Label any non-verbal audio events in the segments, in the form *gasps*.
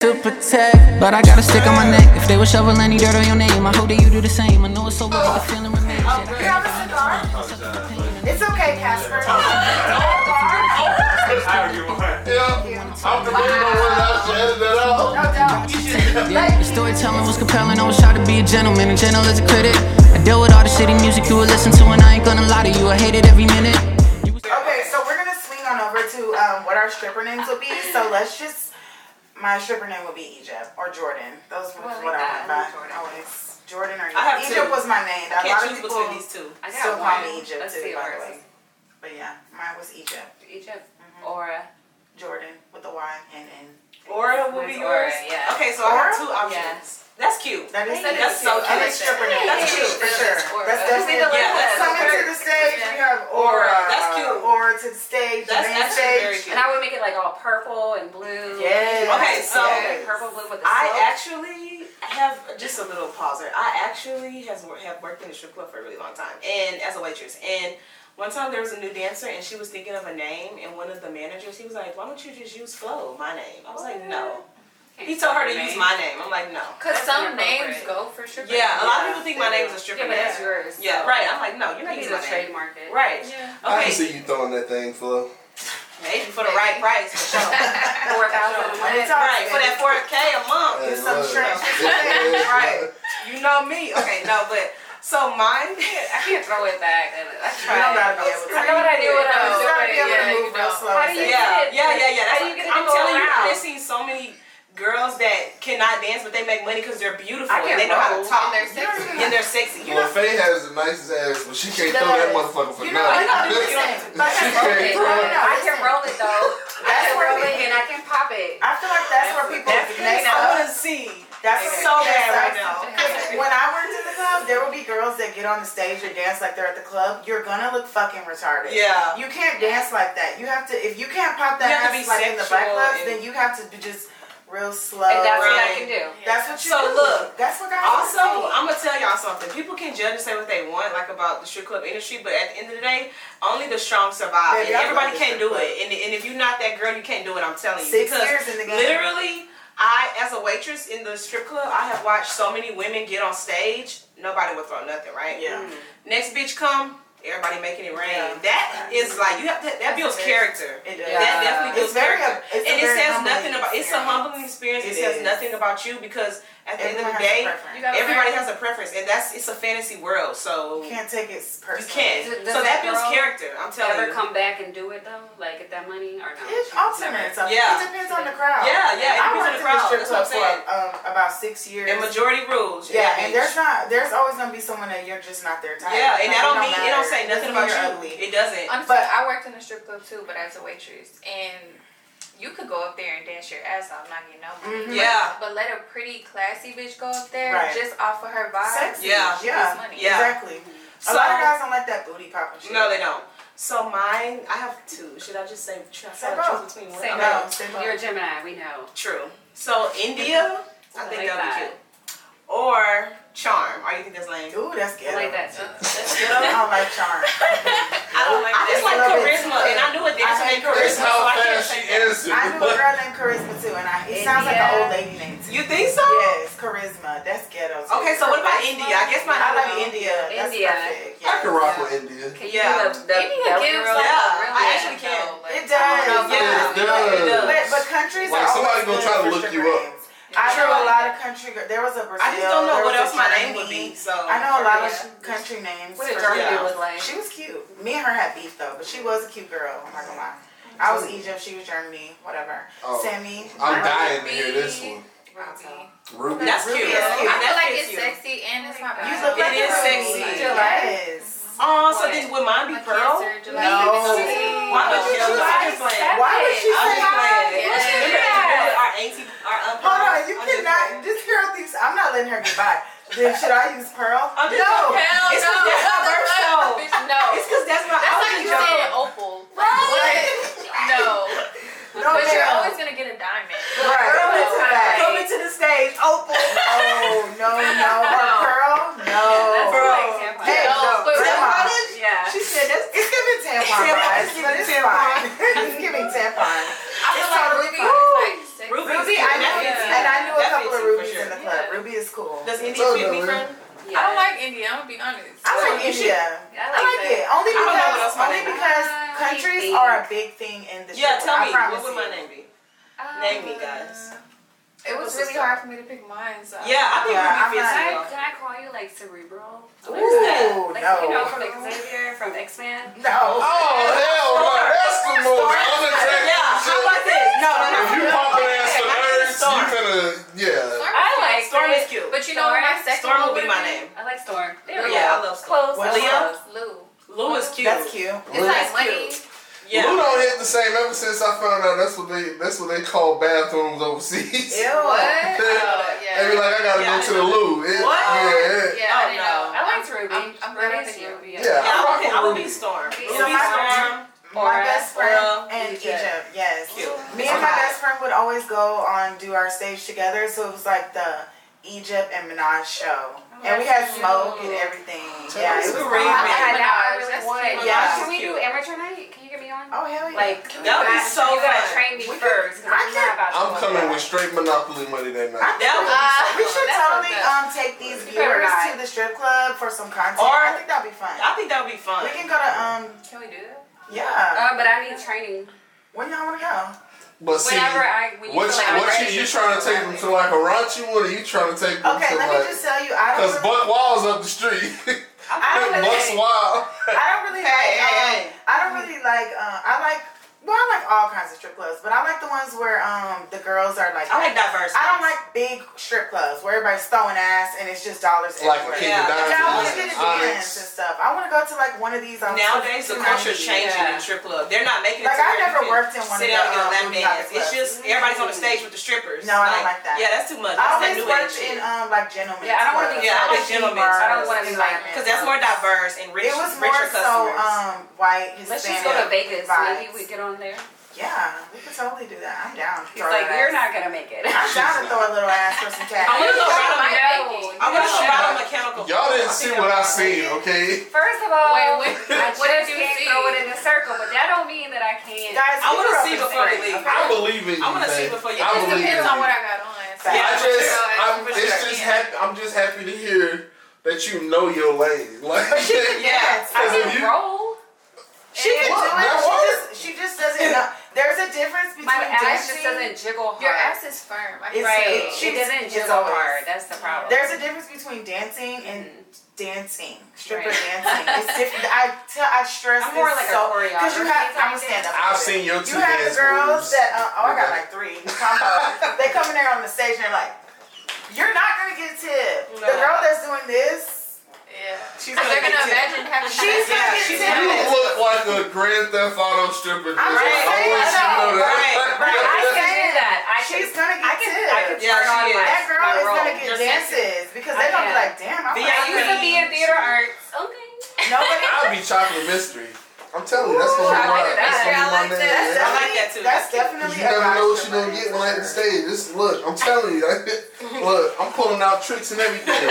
to protect. But I got a stick on my neck. If they would shovel any dirt on your name, I hope that you do the same. I know it's so weird, but the feeling remains. Do you have a cigar? It's okay, Casper. Yeah, I'm debating on whether I should edit that No, out. don't. Yeah, the storytelling was compelling. I was trying to be a gentleman, and gentle as a critic. I deal with all the shitty music you would listen to, and I ain't gonna lie to you. I hate it every minute. You was- Okay, so we're gonna swing on over to um, what our stripper names will be. So let's just my stripper name will be Egypt or Jordan. Those were what I went by. Always Jordan or I have Egypt. Egypt two. was my name. a I lot can't of choose people between these two. I got still one. call me Egypt Let's too, see by yours. the way. But yeah, mine was Egypt. Egypt Mm-hmm. or Jordan with the Y and N. Aura will be Mine's yours. Aura, yeah. Okay, so I have two Aura? options. That's cute. That is Hey, that's And so cute. it's stripper name. That's cute, for that's sure. Aura. That's Who's definitely the Yeah, last that's Coming to one? the stage, we have Aura. um, Aura, that's cute. Aura to the stage. That's main actually stage. very cute. And I would make it like all purple and blue. Yes. Okay, so- Okay, purple blue with the I silk. actually have just a little pauser. I actually has wor- have worked in a strip club for a really long time, and as a waitress. And one time there was a new dancer, and she was thinking of a name, and one of the managers he was like, "Why don't you just use Flo, my name?" I was like, "No." He told her to use my name. I'm like, "No." Cause That's some inappropriate. names go for stripper. Yeah, a lot of Yeah, people think they my do. name is a stripper Yeah, but name. that's yours. Yeah, right. I'm like, "No, you're not You using can my name." trademark it. Right. I can Okay. see you throwing that thing, Flo. Maybe for the right *laughs* price, for sure. Four thousand. When it's all right. For that four K a month. Hey, Get some look. *laughs* shrimp. Right. You know me. Okay, no, but so mine *laughs* I can't throw it back. I You don't tried. gotta be able to. I know what I do when I You was just gotta be able to doing it. move real slow. How and do you say, Yeah, get it? yeah, yeah, yeah. How That's do you get it I'm to go telling you, around? I've seen so many girls that cannot dance, but they make money because they're beautiful I can and they know how roll to Oh, talk. and they're sexy. And they're sexy. You Well, know, Faye has the nicest ass, but she can't throw that motherfucker for You know, I I nothing. don't do gotta do it. the You same. don't- But She that's can't okay. throw No, it. no, I can listen. roll it though. I That's can where roll we- it and I can pop it. I feel like that's where people That's mess I up. want to see. That's what It's so mess bad up. right *laughs* now. Because When I worked in the club, there would be girls that get on the stage and dance like they're at the club. You're gonna look fucking retarded. Yeah. You can't dance like that. You have to. If you can't pop that You have to ass be like in the black sexual clubs, and- then you have to be just real slow. And that's what I Oh, Right. can do. That's what you So do. look, That's what guys Also, do. I'm gonna tell y'all something. People can judge and say what they want, like about the strip club industry, but at the end of the day, only the strong survive, Baby, I and everybody love the can't do strip club. it. And, and if you're not that girl, you can't do it. I'm telling you. Six because years in the game. Literally, I as a waitress in the strip club, I have watched so many women get on stage. Nobody would throw nothing, right? Yeah. Next bitch come, everybody making it rain. Yeah. That is like you have to, that builds very- character. It does. That definitely It's builds very- character. it's a and it very says humbling nothing about it's a experience. humbling experience. It, It says is. nothing about you because at the Everyone end of the has a day, preference. You gotta everybody learn. has a preference, and that's it's a fantasy world, so You you can't take it personally. can't. Does- does So that that builds girl character. I'm telling Ever you. come back and do it though? Like get that money or no? It alternates. so Yeah. It depends on the crowd. Yeah, yeah, it I depends on worked the in crowd. the strip That's what club I'm for saying. um, about six years. And majority rules. you yeah, know, and bitch. there's not. There's always gonna be someone that you're just not their type. yeah, and Like, that don't mean matter. it don't say nothing Doesn't about mean you. you're ugly. It doesn't. Honestly, But- I worked in a strip club too, but as a waitress, and you could go up there and dance your ass off, not get no money. Mhm. Yeah. But let a pretty classy bitch go up there Right. just off of her vibe. Sexy. Yeah. Yeah. It's money. Yeah. Exactly. So a lot of guys don't like that booty popping shit. no, they don't. So mine, I have two. Should I just say? Should I Say say the both. choose between one? Say Okay. No, stay low. You're a Gemini, we know. True. So India, I think like that'll that. be cute. Or Charm. Or you think that's lame? Ooh, that's I ghetto. like that too. I don't *laughs* like charm. *laughs* I don't like. I just like Love it. charisma, and I knew a dancer I named hate charisma. That's So how I can't fast say she that. answered. I knew a girl named Charisma too, and I, it sounds like an India. old lady name too. You think so? Yes, Charisma. That's ghetto. Too. Okay, so what about India? I guess my I like India. India. That's perfect. I can rock Yeah. with India. Can you Yeah. do the, the India Bell gives Girl? Yeah, like a I real actually ass, can. though, like- It does. Yeah, Yeah. it does. But, but countries Like, are somebody always gonna good try to for look stripper you up. names. I know a lot of country. gir- There was a Brazil. I just don't know there what was else a my name would Germany. be. So I know a lot of Yeah. sh- country names. What did for Germany girls. look like? She was cute. Me and her had beef though, but she was a cute girl. I'm not gonna lie. I was Egypt. She was Germany. Whatever. Oh. Sammy. I'm dying to hear this one. Ruby. Ruby. That's Ruby is cute. That's cute. I feel like cute. it's sexy and it's my You vibe. look It like is a sexy. Ruby. July. Yes. Oh, so then would mine be My Pearl? kids are No. July. Why would you No. choose? I just playing. Why would she I'm say just playing. Yeah. Remember, remember Our auntie, our uncle. Hold on, you I'm just cannot. playing. This girl thinks I'm not letting her get by. Then should I use Pearl? I'm just no. playing. Hell It's 'cause no. that's my birth show. *laughs* Bitch, No. It's because that's my. I That's was like just you joking. said opal. What? No. No, But you're ma'am. always gonna get a diamond. Right. Come into Right. the- come into the stage, *laughs* Opal. Oh no no or Pearl? No. That's Bro. like tampon. Hey, No, no, but- grandma. Yeah. She said that's it's giving tampon, Tampon, guys, it's but giving it's tampon. fine. it's giving tampon. I feel It's like totally Ruby fine. was like sexy. Ruby, Ruby, I I know Yeah. it's Ruby is cool. Does India told fit you, me, man. friend? Yeah. I don't like India. I'm gonna be honest. Uh, I like So you India. Yeah, I like it only I don't know because what else my only name is. because Ah, countries big are a big thing in the Yeah, show. tell I me. promise What would you. my name be? Um, Uh, Name me, guys. It was What's really this hard for me to pick mine. So Yeah, I think Yeah, Ruby I'm fits me. Can I, though. can I call you like cerebral? Ooh, What is that? Like no. you know from Xavier from X Men. no. Oh, hell no. That's the most unattractive Yeah, how shit. about this? No, no, no. If Oh, you popping ass for nerds, you finna, yeah. Storm, I like Storm it, is cute. But you know what? My Storm- second Storm one will be would've my been name. I like Storm. There we Yeah, I go. love Storm. Close. What? Leah? Lou. Lou is cute. That's cute. It's like money. Yeah. Lou don't hit the same ever since I found out that's what they that's what they call bathrooms overseas. Ew. What? Oh, Oh, *laughs* They be yeah. like, I gotta Yeah. go to the loo. It- What? Yeah, it- Yeah, Oh, I didn't no. know. I liked Ruby. I'm- I'm right Ruby's with you. Ruby. yeah. Yeah, I I would rock think I would with be Ruby. Storm. Ruby So my- Storm. My Aura, best friend Aura, in Egypt. Egypt, yes. Cute. Me and my best friend would always go on do our stage together, so it was like the Egypt and Minaj show, and we had smoke and everything. Yeah, it was Great great. I man. had that. I Minaj, really that's would. cute. Yeah. Can we do amateur night? Can you get me on? Oh hell yeah! Like That would be you so You gotta fun. train me We could- first. 'cause I I'm not about to I'm go coming there. with straight Monopoly money I that night. think That would be Uh, we should that's totally what's um up. take these You better viewers not. to the strip club for some content. Or- I think that'd be fun. I think that would be fun. We can go to um Can we do that? yeah. Uh, but I need training. When y'all wanna go? But see, Whenever I when you what feel you, like I'm what ready. you, you trying to take them to like a raunchy one, or you trying to take them Okay, to let me like? just tell you, I don't. Cause Really, Buck Wild's up the street. I don't really. *laughs* Buck's Wild. I don't really like. um, I don't really like. Um, I like. Well, I like all kinds of strip clubs, but I like the ones where um the girls are like. I like diverse. I don't like big strip clubs where everybody's throwing ass and it's just dollars Like a everywhere. King Yeah. of Diamonds. Yeah, I want to Onyx. get into dance and Onyx. stuff. I want to go to like one of these. Um, Nowadays the culture's changing Yeah. in strip club. They're not making it Like, to I where you never can worked in one sit down of the, and get a um, lap movie dance. clubs. It's just everybody's on the stage with the strippers. No, I don't like that. Yeah, that's too much. I That's always that new worked age. in um like gentlemen. Yeah, I don't wanna be- yeah, I like gentlemen's. I don't wanna be like- Because that's more diverse and rich, um, It was more richer so customers. um white Hispanic. Let's just go to Vegas. vibes. Maybe we get on there. Yeah, we could totally do that. I'm down. He's like, you're not gonna make *laughs* it. I'm down to throw a little ass for some cash. I wanna go ride on No. I want to No. go ride on mechanical. *laughs* Y'all didn't I see think what I that's- seen, okay? First of all, Wait, what- I what just did you can't see? throw it in a circle, but that don't mean that I can't. Guys, I we wanna grew up see in the before we spring, leave. okay? I believe in you. I wanna see babe. before you- I It It believe depends in on you. what I got on. So Yeah, I just, So, I'm, for it's sure, just yeah. happy. I'm just happy to hear that you know your lane. *laughs* Like, Yeah. Yes. I Because if can you- roll. She can Look, do it. that She works. just, she just doesn't know. There's a difference between My ass dancing. just doesn't jiggle hard. Your ass is firm. It's- I feel right. you. it's- It doesn't it's jiggle always- hard. That's the problem. There's a difference between dancing and dancing, stripper Right. dancing. It's different. I tell, I stress I'm more this like a so because choreographer. you have. I'm gonna stand up. I've for seen your it. two You have the dance girls moves. that uh, oh, I got Okay. like three *laughs* combo. they come in there on the stage and they're like, "You're not gonna get a tip." The No. girl that's doing this, *laughs* Yeah. She's Because they're get gonna tipped. imagine having. she's gonna Yeah, get she's tipped. You look like a Grand Theft Auto stripper. I'm just right. I want you to know that. *laughs* Right, I right. can do that. I can. She's gonna I get can. tipped. I can Yeah, turn she on is. my That girl my is roll. gonna get Your dances because I they're gonna be am. like, "Damn, I'm I Yeah, like, used to be in theater arts. Okay. nobody." I'll be chocolate mystery. I'm telling you, that's gonna Ooh, be I my, like that's that. gonna be I my like name. that. I That's definitely, like that too. That's That's cute. definitely. You never a know vibe what you're gonna for get me. when I hit the stage. This look, I'm telling you, *laughs* look, I'm pulling out tricks and everything.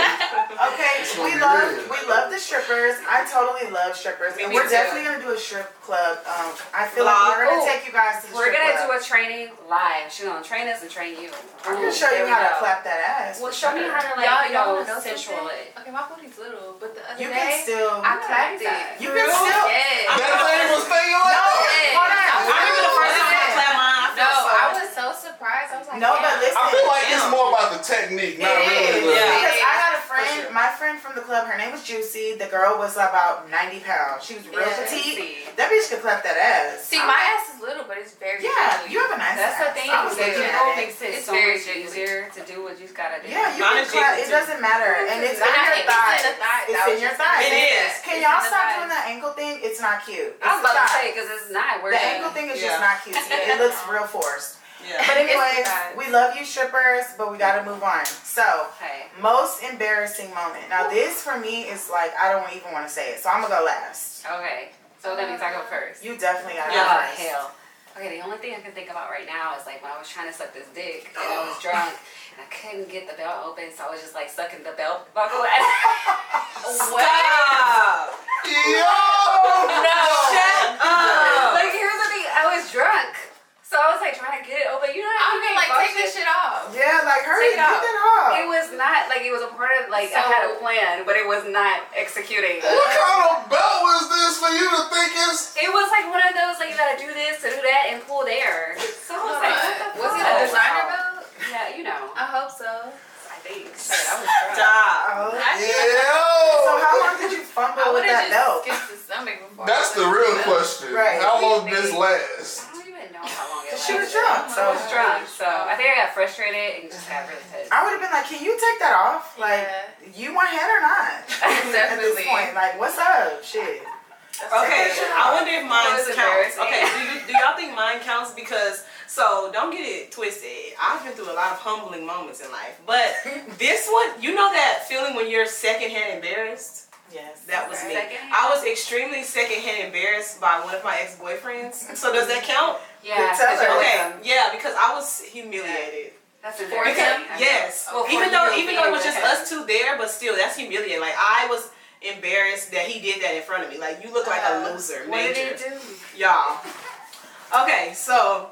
Okay, gonna we be love real. we love the strippers. I totally love strippers, and Me we're too. definitely gonna do a strip club. Um, I feel like Vlog. we're gonna Ooh. take you guys to the We're strip gonna do club. a training live. She's gonna train us and train you. I'm gonna show you how to clap that ass. Well, for show me sure. how to Y'all- like you y'all know wanna know sensual something? it. Okay, my booty's little, but the other You can day still. I clapped Yeah. it. You can still. Yes. that thing was staying like No, that. hold on. I remember the first time I clapped my eye. I No, felt so- I was so surprised. I was like, No, but damn. listen. I feel like Damn. it's more about the technique, It not really. is the- Yeah. because I got a For friend. sure. My friend from the club. Her name was Juicy. The girl was about ninety pounds. She was real Yeah. petite. That bitch could clap that ass. See, my ass is little, but it's very. yeah, jiggly. you have a nice That's ass. the thing. I was the looking jiggle at it. makes it It's so very much jiggly. easier to do what you gotta do. Yeah, you Mine can is clap. jiggle It too. doesn't matter, and it's But in I your think It's in thighs. the thigh. It's That in was your just- thighs. It is. Can It's y'all in the stop thighs. doing the ankle thing? It's not cute. It's I was about to say thighs. because it's not. We're The ankle thing is just Yeah. not cute. It looks real forced. Yeah. *laughs* But It's anyway, thighs. we love you strippers, but we gotta move on. So, Okay. most embarrassing moment. Now, this for me is like I don't even want to say it, so I'm gonna go last. Okay. So that means I go first. You definitely gotta Yeah. Oh, go first. hell. Okay, the only thing I can think about right now is like when I was trying to suck this dick and I *gasps* was drunk and I couldn't get the belt open, so I was just like sucking the belt *laughs* buckle. *laughs* Stop. Yo! Shut up. like here's the thing, I was drunk, so I was like trying to get it open. You know, how you I'm gonna can't like take function? this shit off. Yeah, like hurry, Take it get off. that off. It was was not like it was a part of like I had a plan, but it was not *laughs* executing. What kind of belt was this for you to think it's? It was like one of those like you gotta do this to do that and pull there. So I was like, what the Was fuck? it a designer belt? Yeah, you know. I hope so. I think. Shit, I was *laughs* drunk. Stop. Oh. I feel like So how Yeah. long did you I fumble with would that have belt? just skipped the stomach before. I That's the went to real belt. question. Right. How long did this last? I don't even know how long it She was lasted. drunk, I so Oh. was drunk, so I think I got frustrated and just got really pissed. I would have been like, "Can you take that off? Like, Yeah. you want head or not?" At this Definitely. point, like, what's up? Shit. Okay, I wonder if That mine was counts. embarrassing. Okay, do, you, do y'all think mine counts? Because so don't get it twisted. I've been through a lot of humbling moments in life, *laughs* but this one, you know that feeling when you're secondhand embarrassed. Yes. That was me. Secondhand? I was extremely secondhand embarrassed by one of my ex boyfriends. So does that *laughs* count? Yeah, tell because her. you're Okay, awesome. yeah, because I was humiliated. That's For embarrassing. Because, I mean, yes, well, Oh, for even though you, even though it was being just with us two there, but still, that's humiliating. Like I was embarrassed that he did that in front of me. Like you look like a Uh, loser, What did major, he do? y'all. Okay, so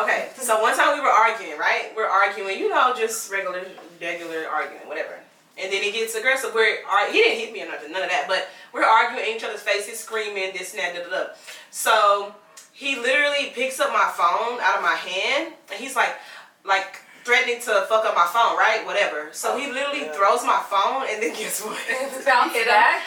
okay, so one time we were arguing, right? We're arguing, you know, just regular regular arguing, whatever. And then he gets aggressive. We're ar- he didn't hit me or nothing, none of that. But we're arguing in each other's faces, screaming, this and that, da da da. So he literally picks up my phone out of my hand, and he's like, like threatening to fuck up my phone, right? Whatever. So he literally throws my phone, and then guess what? *laughs* Bounce it back.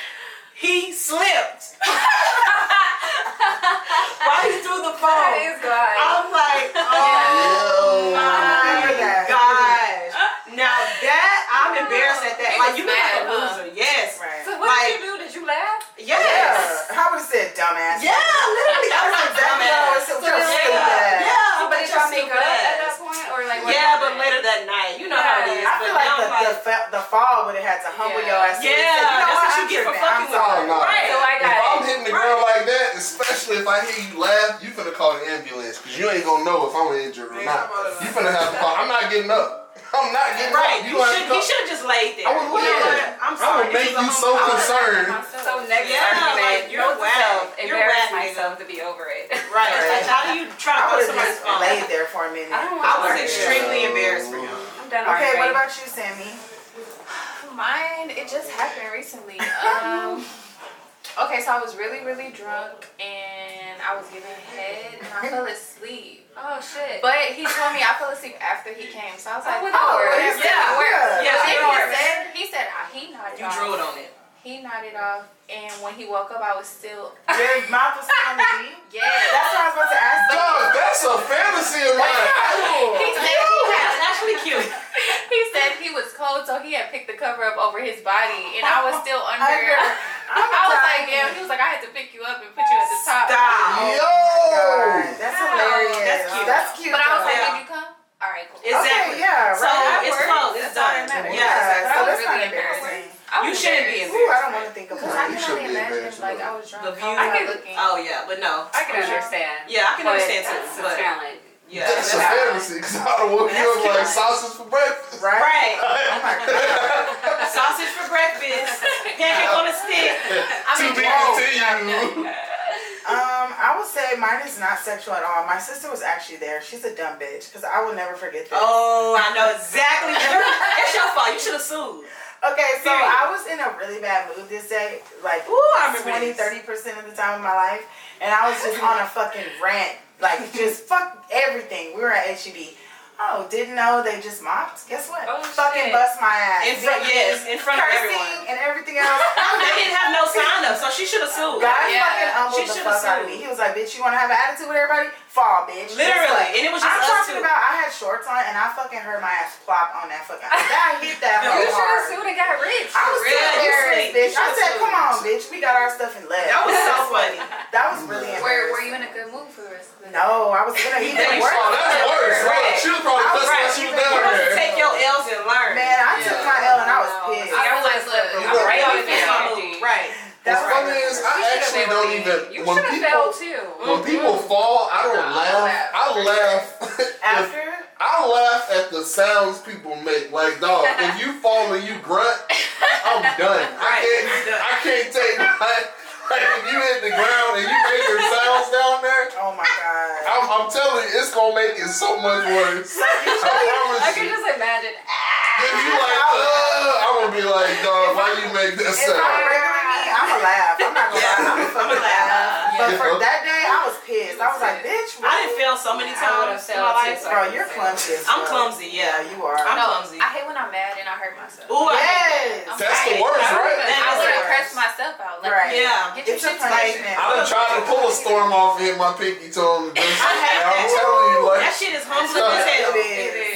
he slipped. Why he threw the phone? Praise God. I'm like, oh Yeah. my Remember that. gosh. Now that I'm embarrassed at that. It Like was you look like a bad, huh? loser. Yes. Right. So what did you do? Did you laugh? Yes. Yeah. I would have said dumbass. Yeah. Literally, I'm That's like exactly what I dumbass. was saying. So then Just later- stupid ass. Yeah. Yeah, But but did you're y'all make up at that stupid. point, or like? what Yeah, but happened? later that night, you know how it is. I but feel now like the, I'm like, the, fa- the fall would have had to humble your Yeah. ass. and Yeah, say, you know that's what, what you I'm get for tripping. fucking I'm with sorry. Oh no. Right. So I If got I'm it. hitting the ground like that, especially if I hear you laugh, you finna call the ambulance because you ain't gonna know if I'm injured or not. You finna have to call. I'm not getting up. I'm not getting right. up. You You gonna should, he have to should have just laid there. I was You know laid. what? I'm call. I sorry. would make this you was a so humble- concerned. So next Yeah, argument, like, you're note to whack. self, You're embarrass whack, nigga. myself to be over it. *laughs* Right. Like, how do you try to I go would have somebody's just phone? laid there for a minute. I don't Okay, want I to was extremely embarrassed for him. I'm done arguing. what about you, Sammy? Mine, it just happened recently. Um, okay, so I was really, really drunk and I was giving head and I fell asleep. Oh shit. But he told me I fell asleep after he came, so I was like, Oh, oh, well, that whatever. works. Yeah. But Yeah, then that he works. said, he said ah, he nodded You off. drew it on it. He nodded off, and when he woke up, I was still Your mouth was still on the beat? yeah. That's what I was about to ask you. Dog, that's a fantasy of mine. He said he, That's had, actually cute. he said he was cold, so he had picked the cover up over his body, and I was still under. Under. I'm I was like, dying. damn. He was like, I had to pick you up and put you at the Stop. top. Oh, Yo. God, that's Wow. hilarious. That's cute. That's cute. But I was like, Yeah. did you come? All right, cool. It's- Okay, Exactly. yeah, So right. it's works. closed. It's That's all done. that matters. Yeah. yeah, exactly. so I was that's not really embarrassing. I You was shouldn't be Ooh, embarrassed. I don't want to think Cause about I it. You can should only be imagine, embarrassed like, about I was drunk. The how view- I I can- was looking. Oh yeah, but no. I can Yeah. understand. Yeah, I can But understand that's a too. But challenge. yeah. That's a fantasy because I don't woke you up like sausage for breakfast. *laughs* Right? Right. Oh my God. Sausage for breakfast. Pancake on a stick. to be continued. Um, I would say mine is not sexual at all. My sister was actually there. She's a dumb bitch because I will never forget this. Oh, I know exactly. It's your fault. You should have sued. Okay, so Period. I was in a really bad mood this day, like Ooh, I 20, remember this. 30% of the time of my life, and I was just on a fucking rant. *laughs* Like, just fuck everything. We were at HEB. Oh, didn't know they just mopped? Guess what? Oh, fucking shit. bust my ass. In front, yes, in front of Cursing everyone. and everything else. *laughs* They didn't have no sign up, so she should have sued. God Yeah, fucking humbled she the should've fuck out of sued. me. He was like, bitch, you want to have an attitude with everybody? Fall, bitch. Guess what? Literally, and it was just I'm us talking two. about I had shorts on and I fucking heard my ass plop on that fucking. That hit that *laughs* You hoe You should have hard. sued and got rich. I was Really? so embarrassed, bitch. I said, You should've "Come sued. on, bitch. We got our stuff and left." That was *laughs* so funny. That was really Where- Were, were embarrassing. you in a good mood for the rest of the night? No, I was gonna eat Then at you work. saw Oh, that's worse. Right. She was probably pissed Right. when she was You down have to there. take your L's and learn. Man, I took Yeah. my L and I was Wow. pissed. I I was was like, like, look, I'm right You on fix it. my move. Right. That's The what funny is, I I actually don't even. You when should have people, failed too. Mm-hmm. When people fall, I don't laugh. I laugh. *laughs* if- after. I laugh at the sounds people make. Like, dog, if you fall and you grunt, *laughs* I'm done. I Right, can't. you're done. I can't take my. *laughs* Like, if you hit the ground and you make your sounds down there, Oh my god. I'm, I'm telling you, it's gonna make it so much worse. I I promise can you. just imagine. If you like, uh, like, dog, why you make that sound? I'ma laugh. I'm not gonna lie. I'ma fucking laugh. But for that day, I was pissed. I was like, bitch, *laughs* I what? didn't fail so many Yeah, I would've times in my failed life. too. Bro, you're clumsy. as I'm fuck. clumsy, yeah. Yeah, you are. I'm No, clumsy. I hate when I'm mad and I hurt myself. Ooh, I Yes. hate I'm That's the sorry. worst, I right? would've- That I is would have worse. pressed myself out. Like, Right. Yeah. Get your It's a shit together. punishment. I done tried to pull a storm off and hit my pinky to him. I'm that. telling you, like, That shit is humbling as hell. It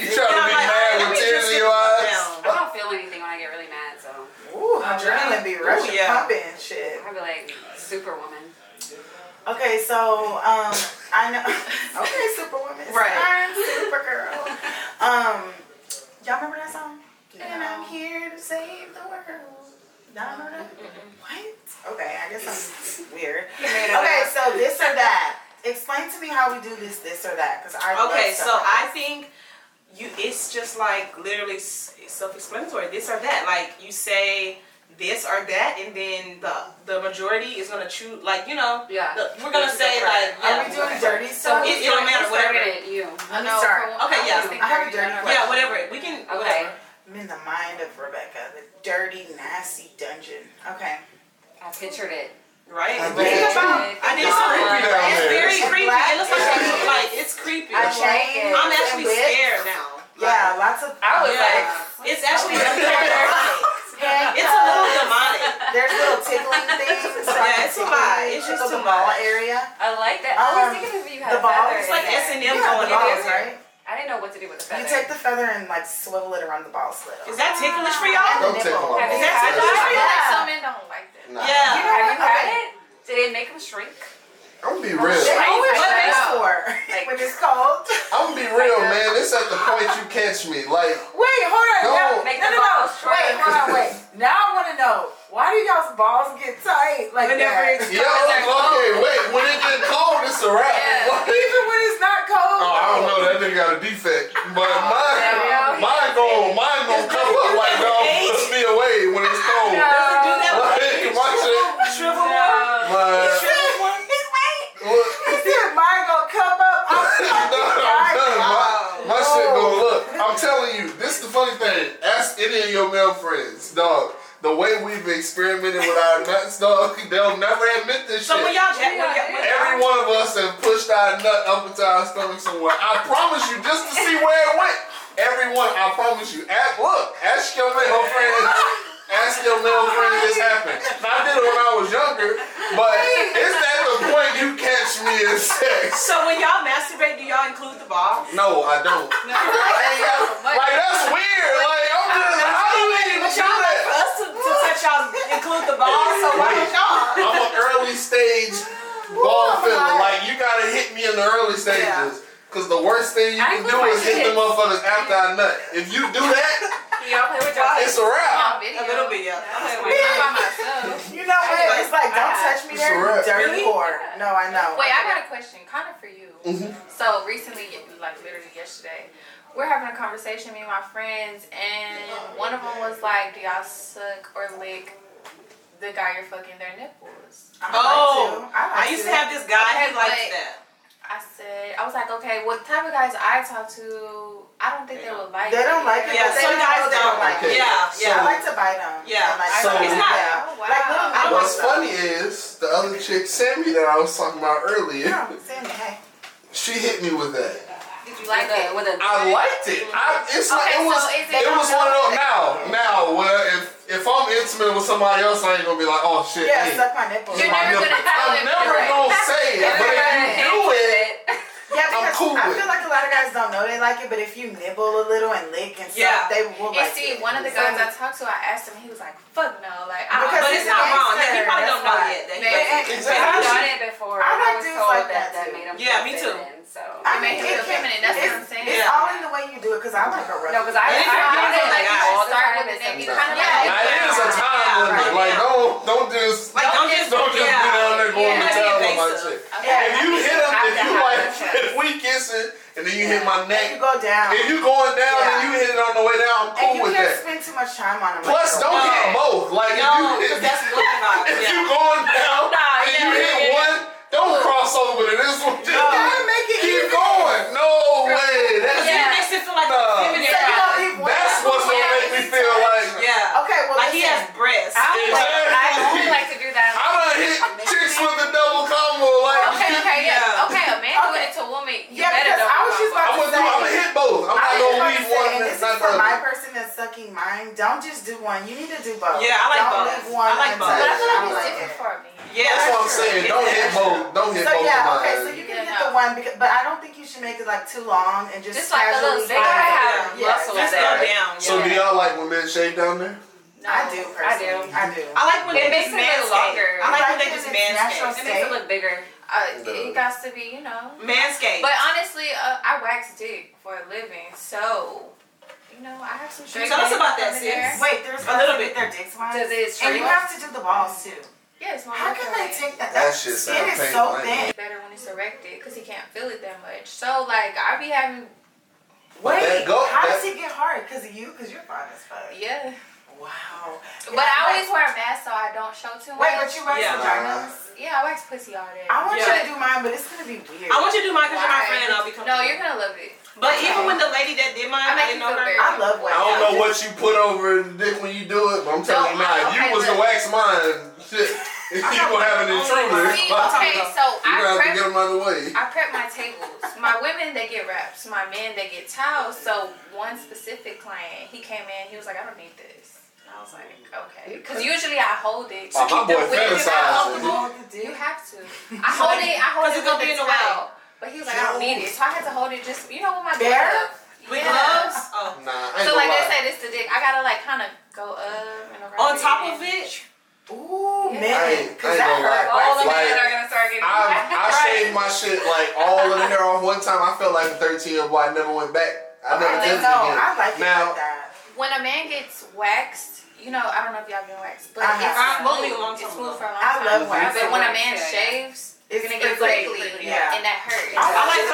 is. you trying to be mad with tears in your eyes? I don't feel anything when I get really mad, so Ooh, adrenaline be rushing, Ooh, yeah. pumping and shit. I'd be like Superwoman. Okay, so um, I know. *laughs* Okay, Superwoman. Right. I'm Supergirl. Um, y'all remember that song? And I'm here to save the world. Y'all remember that? What? Okay, I guess I'm weird. Okay, so this or that. Explain to me how we do this, this or that, because I love Okay, stuff so like that. I think you it's just like literally s- self-explanatory. This or that. Like you say this or that, and then the the majority is gonna choose. Like you know, Yeah. the- we're gonna say like Are yeah. we doing dirty So stuff? it- it don't matter, Who whatever. started it? You. Let me No, start. for- Okay, I yeah. was thinking I have a dirty dirty underwear. yeah, whatever. We can Okay. whatever. I'm in the mind of Rebecca, the dirty, nasty dungeon. Okay. I pictured it. Right? I Think did. about- I did It's something. creepy down It's there. very It's creepy. black. It looks like people- like it's creepy. I I'm changed. I'm actually and whipped. scared now. Yeah, lots of. I was Yeah. like, It's actually *laughs* Heck it's a little demonic. There's little tickling things. so I Yeah, can it's a tickle lot. you, It's tickle just the too ball much. area. I like that. I Um, was thinking if you had the ball feather is in like there. S&M Yeah, going the in balls, there. right? I didn't know what to do with the feather. You take the feather and like swivel it around the ball slit. Is that ticklish for y'all? don't take my Have ball. you That's had actually that? pretty- I feel like Yeah. some men don't like that. Nah. Yeah. You know Have you what? had Okay. it? Did it make them shrink? I'm gonna be They real. always What say is that it? for Like- when it's cold. I'm gonna be real, man. It's at the point you catch me. Like, *laughs* Wait, hold on. No. now- Make no, no, the no. balls Wait, shorter. hold on, wait. Now I want to know why do y'all's balls get tight like Whenever that? it's yo, okay, wait. When it get cold, it's a *laughs* wrap. *laughs* What? Even when it's not cold. Oh, I don't *laughs* know. That nigga got a defect, but mine, mine gon' mine gon' come up like dog, push me away when it's cold. Does it do that Like, with my shit, shrivel one? my. Shrivel one? He said mine gonna come up. I'm *laughs* No, fucking I'm done. dying. My, my shit gonna look. I'm telling you, this is the funny thing. Ask any of your male friends, dog. The way we've experimented with our nuts, dog, *laughs* they'll never admit this So when shit. y'all jack, when y'all, when Every one of us have pushed our nut up into our stomach somewhere. I promise you, just to see where it went. Everyone, I promise you. Ask, look, ask your male friends. Ask your male friend this happened. Now, I did it when I was younger, but it's at the point you catch me in sex. so when y'all masturbate, do y'all include the ball? No, I don't. Like that's weird. Like I'm just how do they even But do y'all like for that? us to, to touch y'all include the ball, so why don't y'all? I'm an early stage ball filler. Like you gotta hit me in the early stages. Cause the worst thing you I can do put my is hit the kids- motherfuckers after I nut. If you do that, Y'all play with y'all. it's a My wrap. video. A little bit, yeah. I play with I'm my- by myself. You know what? It's like don't touch me It's there, a you wrap. dirty Really? whore. No, I know. Wait, I got a question, kind of for you. Mm-hmm. So recently, like literally yesterday, we're having a conversation, me and my friends, and one of them was like, "Do y'all suck or lick the guy you're fucking their nipples?" I'm Oh, like you. I used to have this guy. He Okay, likes but- that. I said, I was like, "Okay, what type of guys I talk to? I don't think they would like." They don't like it, Yeah, but they some don't guys know they don't don't. like it. Yeah, So- I yeah. like to bite them. I Yeah. like So- to- It's not- Yeah. Oh, wow. Like little I girls. What's funny is the other chick, Sammy, that I was talking about earlier, Yeah, Sammy, hey. she hit me with that. Did you Like like it? with a, with a I liked it. I, it's like, Okay, it was so is It it? was one of those now, now where if if I'm intimate with somebody else, I ain't gonna be like, oh shit. Yeah, hey, suck my nipples. You're my never nipple. gonna tell I'm if never you're gonna say it, but if you do it, Yeah, I'm because cool I with feel it. like a lot of guys don't know they like it, but if you nibble a little and lick and stuff, Yeah. they will And like see, it. one of the guys I talked to, I asked him, he was like, "Fuck no, like I don't." Because But like it's it." not wrong. Like, he That's probably don't know why. yet. That he They- likes it. exactly. I've But done I- it before. I like was dudes told like that that too. made him Yeah, feel me too. feminine, I mean, it So. It made him feel can- feminine, that's what it's- I'm saying. It's Yeah. all in the way you do it, because I like a rough. no, because I, I, And if you're I did doing it like like you all the start time. with and the nigga, then- kind of Yeah, like. now it is a time Yeah, limit. right. like Yeah. don't don't just Like, don't just, don't just yeah. be down there going Yeah. to town on my Invasive. chick. Okay. If you hit him, Have if to you have like, sex. if we kissing and then you hit my If you neck, go down. if you going down and Yeah. you hit it on the way down, I'm and cool you with can't that. spend too much time on them. Plus, like, don't No. hit both. Like No, if you hit because that's what about. If you Yeah. going down Nah, and yeah, you yeah, hit yeah. one, don't cross over to this one. Just You gotta make it keep even. going. No way. That's It Yeah. makes it feel like Nah. feminine. So you don't leave one that's what's gonna Yeah. make me feel like. Yeah. Okay, Oh, well, Like he has breasts. I only like, I only like to do that. I done hit chicks with a double combo. Like, Okay, okay, yeah. Yeah. Okay, a man doing it to a woman, you Yeah, better because double I was just combo. I'm gonna do. I'm gonna hit both. I'm not I gonna was leave just one. saying, this not is the for my other. person that's sucking mine. Don't just do one. You need to do both. Yeah, I like Don't both. leave one I like both. But I untouched. feel like I it's like different it. for me. yeah, That's what I'm saying. Don't hit both. Don't hit So both. yeah, of okay. So mine. you can Yeah, hit no. the one because, but I don't think you should make it like too long and just Just like a little casually zigzag. find it. Yeah, Yeah, muscle just- Just go down. So yeah. do y'all like when men shave down there? No. I do personally. I do. I like when It they makes just it a little manscape. longer. I like when they Like just it's natural It manscape. skin. makes it look bigger. Uh, No. it got to be, you know. Manscape. But honestly, uh, I wax dick for a living, so you know I have some. Tell straight us men about that, coming sis. there. Wait, there's A little bit. Their dicks wide. Does it And straight? you have to do the balls too. Yeah, it's my How can they take that? That That shit skin sound is painful, so ain't it? thin. better when it's erected because he can't feel it that much. So like I be having But that Wait, go- how that- does it get hard? Because of you? Because you're fine as fuck. yeah, Wow. but I always wear a mask so I don't show too much. Wait, but you wax Yeah. vaginas? yeah, I wax pussy all day. I want Yeah. you to do mine, but it's gonna be weird. I want you to do mine because you're my Why? friend and I'll be comfortable. No, you're gonna love it. But even when the lady that did mine, I I, make didn't you know feel her. very- I love I wax. don't know just- what you put over the dick when you do it, but I'm telling you No, now, I- if you okay, was to look. wax mine, *laughs* shit, *laughs* if you gonna have an *laughs* intruder, See, you okay, so I gonna have to prep get him out of the way. I prep my tables. My women they get wraps. My men they get towels. So one specific client, he came in. He was like, I don't need this. And I was like, okay. Because usually I hold it. Oh, my keep boy the women fantasizing. uncomfortable. You have to. I hold it. I *laughs* hold 'Cause it it's gonna with be in the the way. towel. But he was like, I don't need it. So I had to hold it. Just you know what my Bare? dick up. With Yeah. gloves? Oh. Nah, I ain't So like gonna lie. *laughs* I said, it's the dick. I gotta like kind of go up and around. On top and- of it? Ooh, Yeah. I man, ain't- I because ain't that gonna lie. hurt. All the men Like, are gonna start *laughs* getting. I, I shaved my shit like all of the hair off one time. I felt like a 13 year old boy. I never went back. I never I did it didn't again. know. I like it now, like that. When a man gets waxed, you know, I don't know if y'all been waxed, but I it's have. smooth. Only a long It's time smooth ago. for a long I time. love waxed. But when a Yeah, man yeah. shaves, It's gonna get It's like- prickly, yeah. and that hurts. I like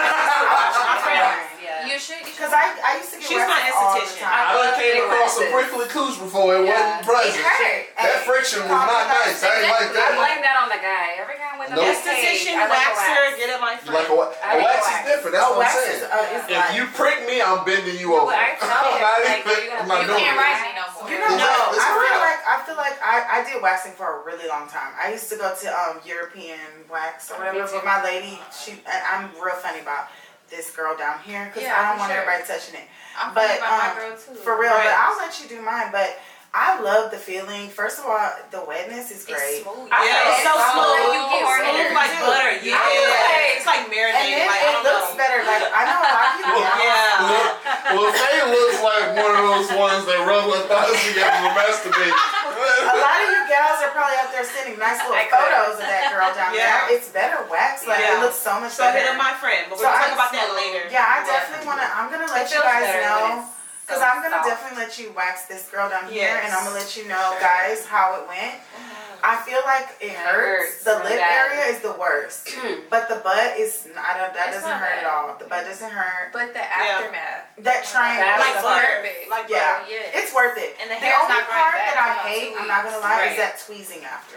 I like Yeah. You should. You should. Because I, I used to get She's my waxed all the esthetician. I time. done came Big across some glasses. prickly cooch before. It Yeah. wasn't it present. hurt. That friction was not nice. I ain't like I that. blame that on the guy. Every guy with the Nope. nope. Esthetician, I like a waxer, get it, my You friend. like a, wa- a like wax wax. is different. That's A what I'm wax is, saying. uh, is If like, you prick me, I'm bending you over. *laughs* Well, I tell I'm you, not like, even. you're gonna- I'm not you doing can't it. write me no more. You know, No, what? it's I for feel real. like I feel like I, I did waxing for a really long time. I used to go to um European wax Oh, or whatever, Me too. but my lady, she, I- I'm real funny about this girl down here because Yeah, I don't for want sure. everybody touching it I'm but, but, about my um, girl too. for real. But Right. I'll let you do mine. But I love the feeling. First of all, the wetness is great. It's smooth. I Yeah, it's so Oh, feel smooth. You get harder. Smooth like Dude, butter. I Yeah. feel like- it's like and marinated. Like, then I it don't looks know. better. Like I know a lot of *laughs* people. Look, Yeah. look, well, Faye looks like one of those ones that rub her thighs together to masturbate. *laughs* A lot of you gals are probably out there sending *laughs* nice little I could. photos of that girl down Yeah. there. It's better wax. Like Yeah. it looks so much So better. hit up my friend. But So we'll I talk about that smell- later. yeah, I definitely wanna. I'm gonna let It you feels guys better when know it's so because I'm gonna soft. definitely let you wax this girl down here, and Yes. I'm gonna let you know, Sure. guys, how it went. I feel like it Yeah, it hurts. hurts The really lip bad. area is the worst, but the butt is. n- I don't. That It's doesn't not hurt at bad. all. The butt doesn't hurt. But the aftermath. That triangle. That's Like is the butter. perfect. Like yeah, butter. yes. it's worth it. And the The hair's only not growing part back that I for hate, two I'm not gonna weeks. lie, is Right. that tweezing after.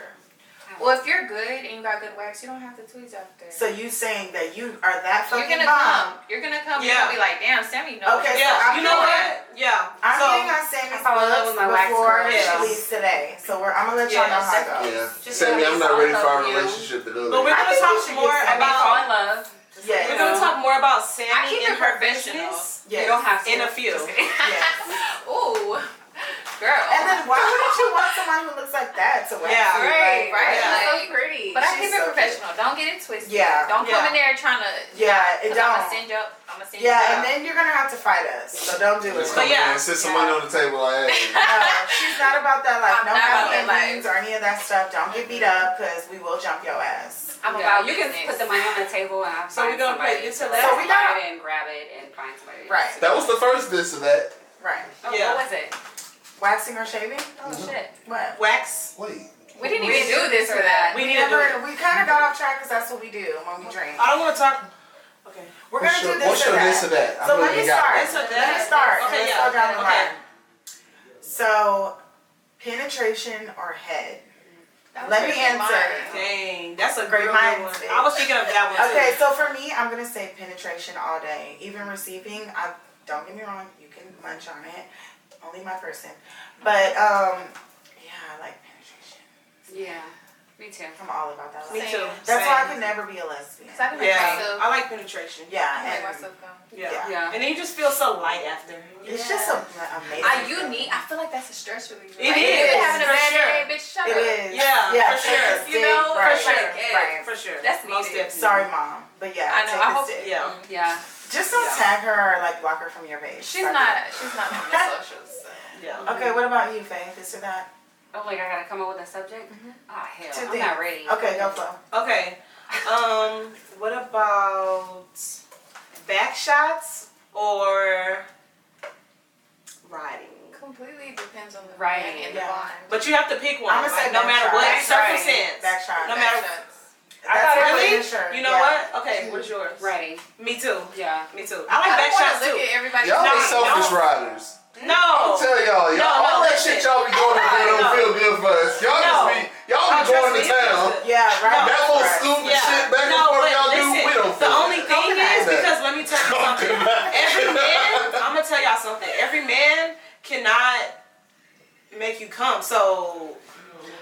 Well, if you're good and you got good wax, you don't have to tweeze out there. So you saying that you are that you're fucking gonna bomb? come. You're gonna come. Yeah. You're gonna be like, damn, Sammy knows. Okay, Yeah, I'm you know doing- what? Yeah. I'm so, getting on Sammy's I fall in love books with my wax before curls. she Yes. leaves today, so we're, I'm gonna let y'all Yeah, know how it goes. Yeah. Just Sammy, gotta I'm be not ready soft for our on you. relationship to do but we're going I that. to think talk we should more get Sammy about. fall in love. Just Yeah. We're like, going to talk more about Sammy I keep and it her professional. business You Yes. don't have to. in a few. Yes. Ooh, *laughs* girl. And then why wouldn't you want someone who looks like that to wax? Yeah. you? Right, Like, right. yeah. She's Like, so pretty. But I She's so keep it cute. professional. Don't get it twisted. Yeah, Don't come yeah. in there trying to. Yeah, it Cause I'm gonna don't. send you up. I'm gonna send you Yeah, and up. then you're gonna have to fight us, so don't do it. Let's But come in yeah. and sit some money on the table like, *laughs* hey. No, she's not about that life. I'm No not about happy that life. endings or any of that stuff. Don't get beat up, cause we will jump your ass. I'm yeah, about you can put the money on the table and I'll So we're gonna find put somebody. this to to that. So we got- slide in, grab it, and find somebody. Right, That was the first this of that. right. Oh, Yeah. What was it? Waxing or shaving? Oh shit. What? Wax. Wait. We didn't We even didn't do this for that. We We need to do it. never. We kind of got off track, cause that's what we do when we drink. I don't want to talk. Okay. We're What's gonna your, do this what's or your that. this or that? I So let really me got start. This or Let that. me start. Okay, Let's yeah. go down the Okay. line. So, penetration or head? That was Let me pretty answer. mine. Dang, that's a Great great minds, one. bitch. I was thinking of that one too. Okay, so for me, I'm gonna say penetration all day. Even receiving, I don't get me wrong, you can munch on it. Only my person, but um, I like penetration. Yeah, me too. I'm all about that. Me Like, too. That's why I Same. could never be a lesbian. Cause I can make Yeah, myself. I like penetration. I can Yeah. make and myself come. Yeah. Yeah. Yeah. And then you just feel so light after. It's just a, a amazing. I you need. I feel like that's a stress It reliever. like, if is, You're having a for bad sure. day, bitch. Shut It up. is. Yeah, Yeah. for take sure. this You dick, know, for right. sure. Right. For sure. That's most needed. definitely. Sorry, mom, but yeah. I know, take I this hope- dick. Yeah. Yeah. Just don't Yeah. tag her or like block her from your page. She's Start not. She's not on the socials. So. Yeah. doing- Okay, what about you, Faye? This or that? Oh, like I gotta come up with a subject? Mm-hmm. Ah, hell, Two I'm things. not ready. Okay, go Flo. Okay. Um, what about back shots or riding? Completely depends on the Right, man and the yeah. bond. But you have to pick one. I'ma say like, no back matter shot. what Back shot. circumstance. Back shot. No Back matter. Actions. I That's thought really really. insurance, You know yeah. what? Okay. What's yours? Ready. Me too. Yeah. Me too. I like I back don't wanna shots look too. at everybody's Y'all No, are face. selfish no. riders. No. Tell y'all, y'all No, no, all that listen. shit y'all be going to do don't No. feel good for us. Y'all just No. be y'all be Oh, trust going to me, it feels town. good. Yeah, right. That little Right. stupid Yeah. shit back and No, forth but y'all do, listen, we don't feel The only good. thing is that. because let me tell you something. Every man, I'm gonna tell y'all something. Every man cannot make you come. So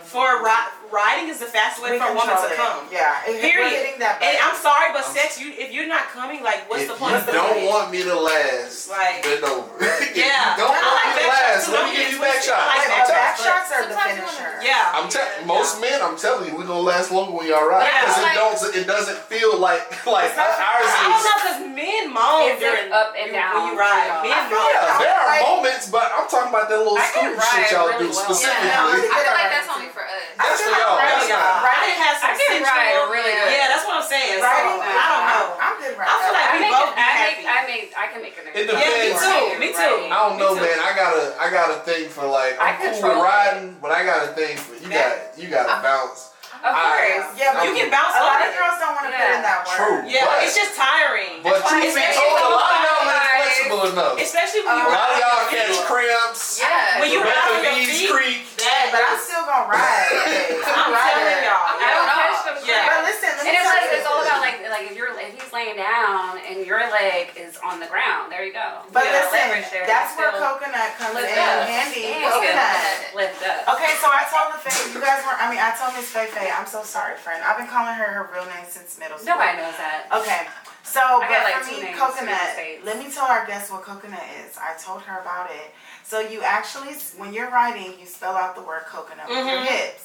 for ri- riding is the fastest way We for a woman control to it. come. Yeah. If Period. We're hitting that And I'm button. sorry, but sex, you if you're not coming, like what's if the point? you don't want me to last, Like- bend over. *laughs* If you Yeah. don't I want like me to back shots last, too. let Don't me get give you it back twisted. shots. I like Wait, I'm our back telling- back shots, shots are the sometimes you wanna- finisher. yeah. I'm te- yeah. most men, I'm telling you, we're gonna last longer when y'all ride Yeah. because Like- it don't, it doesn't feel like *laughs* like uh, not- ours I is. don't know, cause men moan It's during like up and Oh, you- when down, you ride. yeah. Men I feel moan. like Yeah, I there would are like- moments, but I'm talking about that little I can stupid shit ride y'all really do well. specifically. Yeah, no, I feel like that's Right. only for us. I That's feel for y'all. like That's riding- not- I didn't have some I can sensual- ride really good. Yeah, that's what I'm saying. So, Riding, I don't know. I'm good right I feel now. like I we make, both I be happy. make, I make, I can make an It arrangement. yeah, me Depends. too. Me too. Right. I don't know, Me too. man. I got a I got a thing for like I I'm cool control with it. riding, but I got a thing for you. Got you got to bounce. Of I- course. Yeah, but You I'm- can bounce A on lot of it. girls don't want to put in that work. True. Yeah, but, it's just tiring. But why truth be it's told, a lot of so y'all ain't hard. flexible enough. Especially when you A A lot ride of on y'all your catch feet. cramps. Yeah. When you Rebecca ride on your Lee's feet, Creek. that- But I'm still gonna ride. babe. I'm I'm telling riding. y'all. I don't Yeah. catch them. Yeah. crabs. But listen, let me And it's tell like you. it's all about like like if you're if he's laying down and your leg is on the ground, there you go. But You got leverage listen, there. that's You where still coconut comes in lift up. handy. And Coconut. still lift up. Okay, so I told the Faye, you guys were, I mean, I told Miss Faye Faye, I'm so sorry, friend. I've been calling her her real name since middle school. Nobody knows that. Okay, so I but got, like, for two me, names, coconut. two names. Let me tell our guest what coconut is. I told her about it. So you actually, when you're writing, you spell out the word coconut with your Mhm. hips.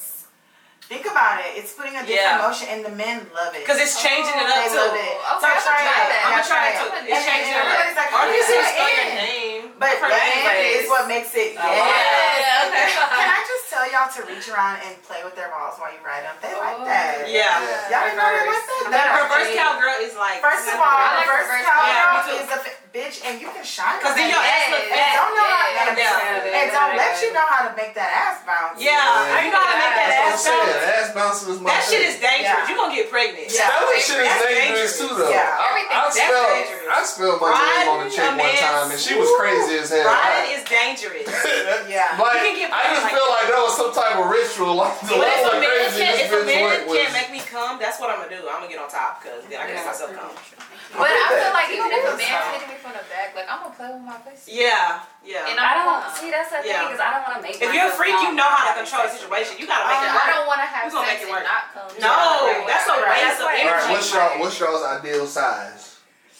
Think about it. It's putting a different Yeah. motion, and the men love it. because it's changing it up they Oh, love too. it. Okay, so I'm try gonna try it. that. I'm gonna Yeah, try it too. It's And- changing and it up. everybody's like, Or you "Coconut just spell your in." name. But Her the name end is- is what makes it. Oh, yes. Yeah, okay. Can *laughs* I just tell y'all to reach around and play with their balls while you ride them? They like Oh. that. Yeah. Y'all didn't know they like that? Reverse. They like Reverse Yeah. cowgirl is like. First of all, I like reverse reverse cowgirl cowgirl. Yeah, me is a f- bitch, and you can shine. Because then on your that ass Yeah. look ass. fat. Don't know how Yeah. that Yeah. And don't let you know how to make that ass bounce. Yeah, you know how to make that That's ass what I'm saying. bounce. Ass bouncing is my That shit thing. is dangerous. Yeah. You're gonna get pregnant. Yeah. Spelling shit is That's dangerous too, though. Yeah. I, I Everything- that's spelled, dangerous. I spelled my name on a Riding chick a one man's- time, and she was crazy as hell. Riding is dangerous. *laughs* Yeah. Like, You can get I just pregnant feel like that was some type of ritual. *laughs* Like, the But if level of a man crazy can't, this if a bitch man went was. can't make me come, that's what I'm gonna do. I'm gonna get on top because then I can Yeah. make myself come. But I feel like You even know if a what? man's hitting me from the back, like I'm gonna play with my pussy. Yeah, yeah. And I I'm don't gonna- see that's the thing Yeah. because I don't want to make. if you're a myself freak, you known know how to by control a having sex. situation. You gotta Oh, I make it work. don't want to have You gonna sex make it and work. not come. No, that's a Right. waste of Alright, Right. energy. what's y'all what's y'all's ideal size?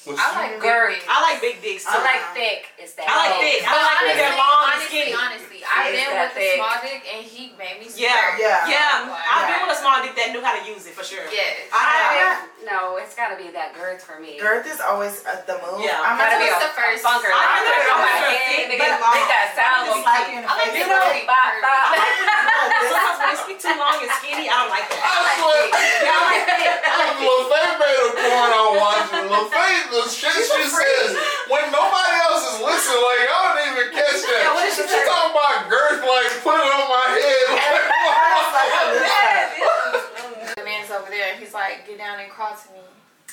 What's I like Girl. girl. I like big dicks too. I like thick. Is that? I like thick. thick. I But like honestly, thick. They're long and honestly, skinny. honestly, I've Is been that with the thick? small dick and he made me Yeah. squirt. Yeah. Yeah, I've been Yeah. with a small dick that knew how to use it for sure. Yes. I, I, no, it's got to be that girth for me. Girth is always uh, the move. Yeah. I'm Gotta gonna be What's a, the first- a bunker. I I on remember my when I was head. thick, Nigga, but long. make that sound. just slap you in the I like face. You this know, really bop, bop. sometimes when you speak too long and skinny, I don't like that. Oh, I swear, *laughs* *laughs* Yeah, I like thick. I like thick. Lil Faye made a point on watching Lil *laughs* Faye. The shit she says when nobody else is listening, like y'all didn't even catch that. Yeah, what did she she say? talking about girth, like put it on my *laughs* head. Like, *laughs* The man's over there and he's like, get down and crawl to me.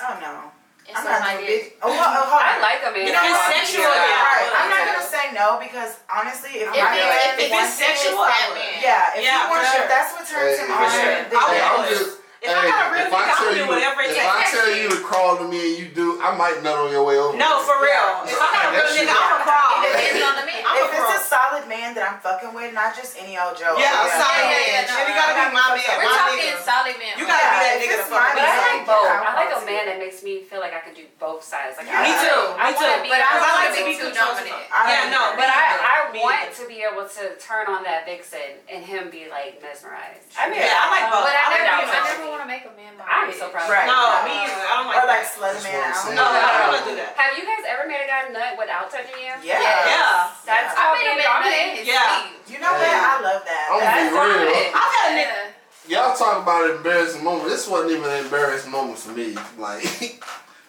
Oh no. And I'm so not I doing did. big. Oh, hold- oh, hold I on. like a man. You know, it's that's sexual, big. yeah. Right. I'm not Yeah. gonna say no because honestly, if If my it- man if it's wants it, sexual, I would. yeah, if Yeah, he wants for it, sure. if that's what turns him Hey, on. sure. then- I hey, would. I'm just. If I got a real if I dick, I'll tell do you, whatever it if takes. I tell you to crawl to me and you do, I might nut on your way over. No, for real. If I got a real nigga, I'm gonna crawl. It depends on the man. I'm if a it's girl. a solid man that I'm fucking with, not just any old Joe. Yeah, I'm sorry, man. yeah, yeah, no, and it gotta be my man. We're my talking nigga. solid men. You like, gotta Yeah, be that nigga if it's to fuck my But I with. man- like both. I like a Yeah. man that makes me feel like I can do both sides. Like Yeah. I, Me too. I Me wanna too. be But able I to- like to be too controlled. dominant. I Yeah, don't no, either. But I, I Me want to be able to turn on that vixen and him be like mesmerized. I mean, Yeah, I like both. But I I like never- both. I I never want to make a man my I'm bitch. so proud. Right. Of No, you. me either. I don't uh, like Or like that. slut man. I That's don't what No, know. I'm I don't wanna do that. Have you guys ever made a guy nut without touching you? Yeah. Yeah. That's I called made a being man my dominant. bitch. Yeah. You know what? I love I'm that. gonna That's be real. dominant. I've had a nigga. Yeah. Y'all talk about embarrassing moment. This wasn't even an embarrassing moment for me. Like *laughs*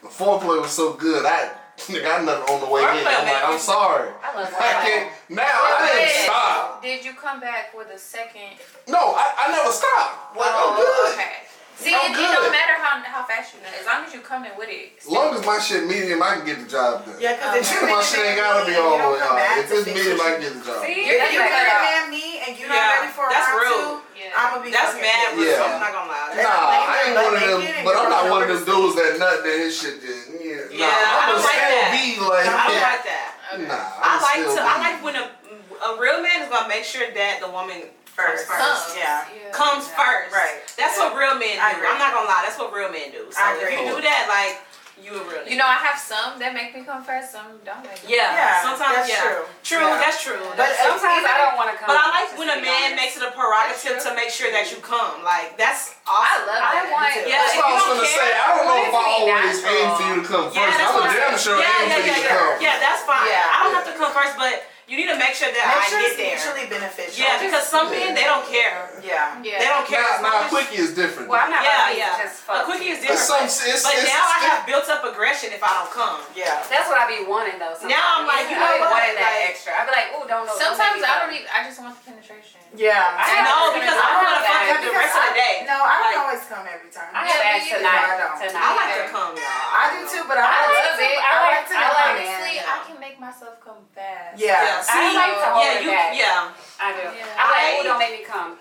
the foreplay was so good. I got nothing on the way in. Foreplay, I'm like, man. I'm sorry. I *laughs* love I can't. that. Now I didn't stop. Did you come back with a second? No, I, I never stopped. Like I'm Oh, good. Oh, okay. See, I'm it, it good. don't matter how how fast you know, as long as you coming with it. As long as my shit medium, I can get the job done. Yeah, because if you my really shit make ain't gotta me be and you all the don't way come back out. If to it's fix medium, your I shit- can get the job. See, If that's you like, really man me and you not Yeah, ready for a that's round rude. two, Yeah. I'ma be That's fucking mad pissed. rude. Yeah. I'm not gonna lie. Nah, I ain't one of them. But I'm not one of them dudes that nut that his shit just. Yeah, nah, Yeah, I I'm don't gonna like still that. be like. I don't like that. Nah, I I'm like still to. I be- like when a a real man is gonna make sure that the woman first First. Comes. Yeah. comes first. Right. That's what real men do. I agree. I'm not gonna lie. That's what real men do. So I if agree. you do that, like you a real. You nigga. know, I have some that make me come first, some don't make me. Yeah. Yeah, that's sometimes. yeah. true. True. Yeah. That's true. But That's- if- Sometimes I don't want to come. But I like just when to a be man honest. makes it a prerogative That's to true. make sure that you come. Like that's awesome. I love I that. want. Yeah, That's if what I was you don't gonna care, say. I don't know if I what if we always aim natural? for you to come Yeah, first. that's I'm a what I'm damn saying. sure yeah, aim yeah, for you yeah, to yeah. come. Yeah, that's fine. Yeah. I don't have to come first, but you need to make sure that Make I sure get it's there. mutually beneficial. Yeah, because some men they don't care. Yeah. Yeah. They don't care. Now, As long now, as- quickie is different. Well, I'm though. not gonna be Yeah, yeah. just A fuck. quickie is But different. some, it's, it's, But it's now I different. have built up aggression if I don't come. Yeah. That's what I be wanting though. Sometimes. Now I'm like, you I know what? wanting that Like- extra. I be like, ooh, don't know. Sometimes I don't even. I just want the penetration. Yeah. I No, know because I don't want to fuck you the rest of the day. No, I Like- don't always come every time. I have asked Yeah, me tonight. either. I don't. Tonight. I like to come, y'all. I do too, but I, I like love to- it. I like. to I come like. in. Honestly, I can make myself come fast. Yeah. Yeah, see, I like to hold yeah, it you, back. yeah. I do. Yeah. I'm like, I- ooh, don't make me come.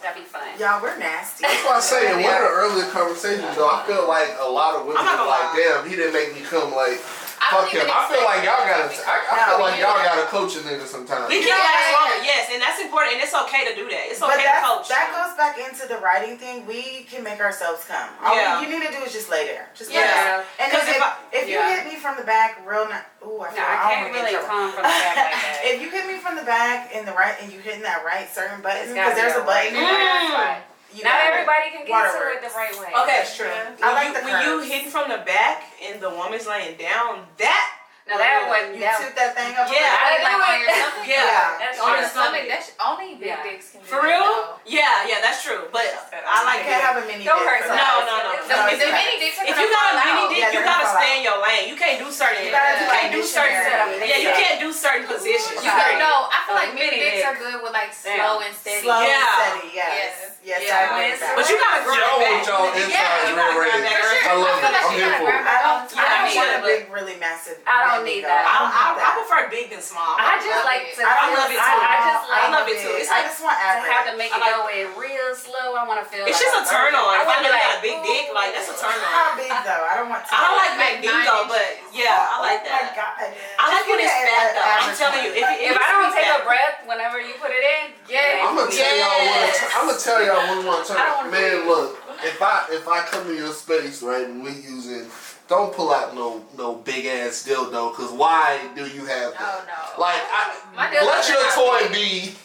That'd be fun. Y'all, we're nasty. That's why I say in one of the earlier conversations, though, I feel like a lot of women I'm are not gonna like, lie. damn, he didn't make me come. Like, I fuck don't him. even I feel expect like y'all gotta. I, I No, feel like you y'all don't. gotta coach a nigga sometimes. We Yeah, can last Yeah. longer, yes, and that's important, and it's okay to do that. It's But okay to that, coach. that goes back into the writing thing. We can make ourselves come. All Yeah. you need to do is just lay there. Just lay there. Yeah. And 'Cause if, if if, I- you yeah. hit me from the back, real ni- ooh, I, feel, No, I don't can't wanna get in really trouble. come from the back *laughs* like that. if you hit me from the back and the right, and you hitting that right certain button, It's because gotta be there's a the right button. Mm. way. you Not gotta- *laughs* everybody can get to Waterworks. it the right way. Okay, That's true. When I like you, the when you curves. hit from the back and the woman's laying down. That No, that wasn't. You That toot that thing up. a Yeah. I I didn't like on your do it. stomach. yeah, That's on On the your stomach. stomach. That's only big Yeah. dicks can do For that, real? though. Yeah, yeah, that's true. But I little bit. like You it. can't have a mini Don't dick hurt for No, that. no, no. The, No, the it's not. mini dicks are If gonna you got a Yeah, mini dick, fall out. you they're gonna gotta fall stay in your lane. You can't do certain. You You, gotta do like can't do certain. missionary. Yeah, you Yeah. can't do certain positions. You Yeah. can, no, I feel Uh, like mini mini dicks dick. are good with like Yeah. slow and steady. Slow and Yeah. steady, yes. Yes, I Yeah. agree with that. But you gotta grow Y'all back. want y'all Yeah, inside you gotta real grow raised. back. For sure. I love it. I'm feel like you here gotta for it. grab I it all don't, the I time. don't Yeah. want a big, really massive. I don't man need though. don't that. I, I, need that. I prefer big than small. I just like to. I don't love it need I, too. I just small. I like love don't it too. need I It's like- just want to average. have to make I it like- go in real slow. I want to feel. It's like just a turn on. If wanna I know be you like, got a big dick, like that's a turn How on. big though? I don't want. To I don't like Like Magneto, nine but yeah, I like oh that. My God. I like when it's fat though. I'm telling you, If if, I don't take a breath whenever you put it in, I'm yeah. gonna tell Yes. y'all. What, I'm gonna tell y'all when we want to I don't turn. wanna Man, be- look. If I if I come in your space, right, and we using, don't pull out no no big ass dildo, cause why do you have No, that? Oh, no. Like, I, My dildos let are your not toy big. be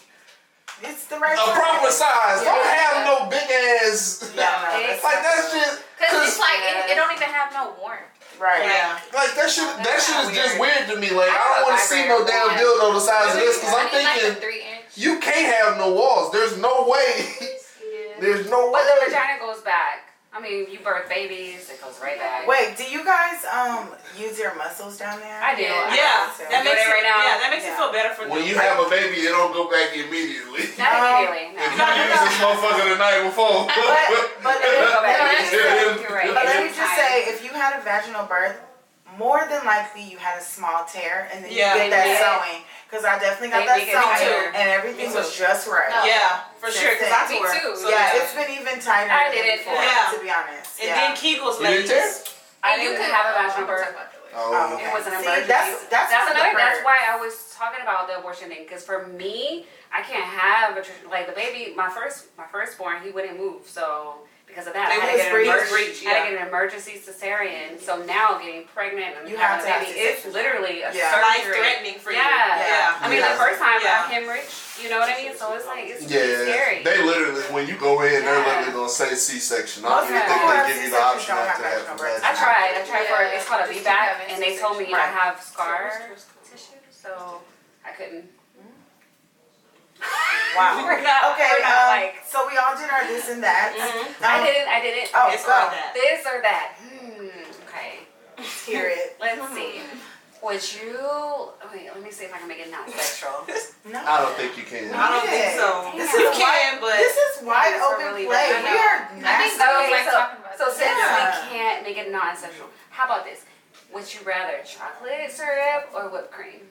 It's the right. a proper size. size. Don't Yeah. have no big ass. Yeah, no, that's Like not- that's just Cause it's cause like it, it don't even have no warmth. right. yeah. like that shit that That's shit is kinda just weird. weird to me. Like I I don't want to like see that. no damn dildo the size of this because I'm I need like a thinking three inch. you can't have no walls. There's no way. *laughs* Yeah. There's no way. But the vagina goes back. I mean, you birth babies, it goes right back. Wait, do you guys um use your muscles down there? I do. Yeah. Yeah, So- that You makes do it right it, now? yeah, that makes it Yeah. feel better for When them. you have a baby, it don't go back immediately. If you Not No. immediately. use No. No, no, no. this motherfucker the night before. But- but- Go back. No, *laughs* that's- You're right. You're right. But let me It's just time. say, if you had a vaginal birth, more than likely you had a small tear, and then Yeah. you get that Yeah. sewing. Because I definitely got They that make it sewing, tighter. and everything Me was too. just right. No. yeah, for sure, because I Me tore. too. So, Yeah, it's been even tighter. I than did it. before, Yeah. to be honest. And yeah. then Kegels You didn't ladies. tear? I didn't have a vaginal birth. Oh, It was an See, emergency. that's- that's That's what the another. bird- That's why I was talking about the abortion thing. Because for me, I can't have a tr- like the baby. My first, my firstborn, he wouldn't move. So because of that, They I had to was get an breech, emergency. I yeah. had to get an emergency cesarean. So now getting pregnant and You have having to have a baby is cesarean. literally a Yeah. Life surgery. threatening for you. Yeah. Yeah. I mean, Yeah. the first time Yeah. I hemorrhaged. You know what I mean? So it's like it's Yeah, scary. they literally when you go in, they're Yeah. literally gonna say C-section. I don't even Okay. think Or they give you the C-section option don't not to have have vaginal birth. I vaginal. tried. I tried for Yeah, it's called a just VBAC, having and they told me I Right. have scar tissue, so I couldn't. *laughs* Wow. *laughs* We're not- okay, we're um, not like- so we all did our this and that. Um, Mm-hmm. I didn't. I didn't. Oh, It's go. all that. This or that. Hmm. Okay. Let's hear it. Let's see. Hmm. Would you? Wait. Let me see if I can make it not sexual. No. I don't think you can. I don't think so. This you is can, but This is wide These are open really play. We bad. I know. are I think nasty. that was Okay, like so- talking about So this. since Yeah. we can't make it non-sexual, how about this? Would you rather chocolate syrup or whipped cream?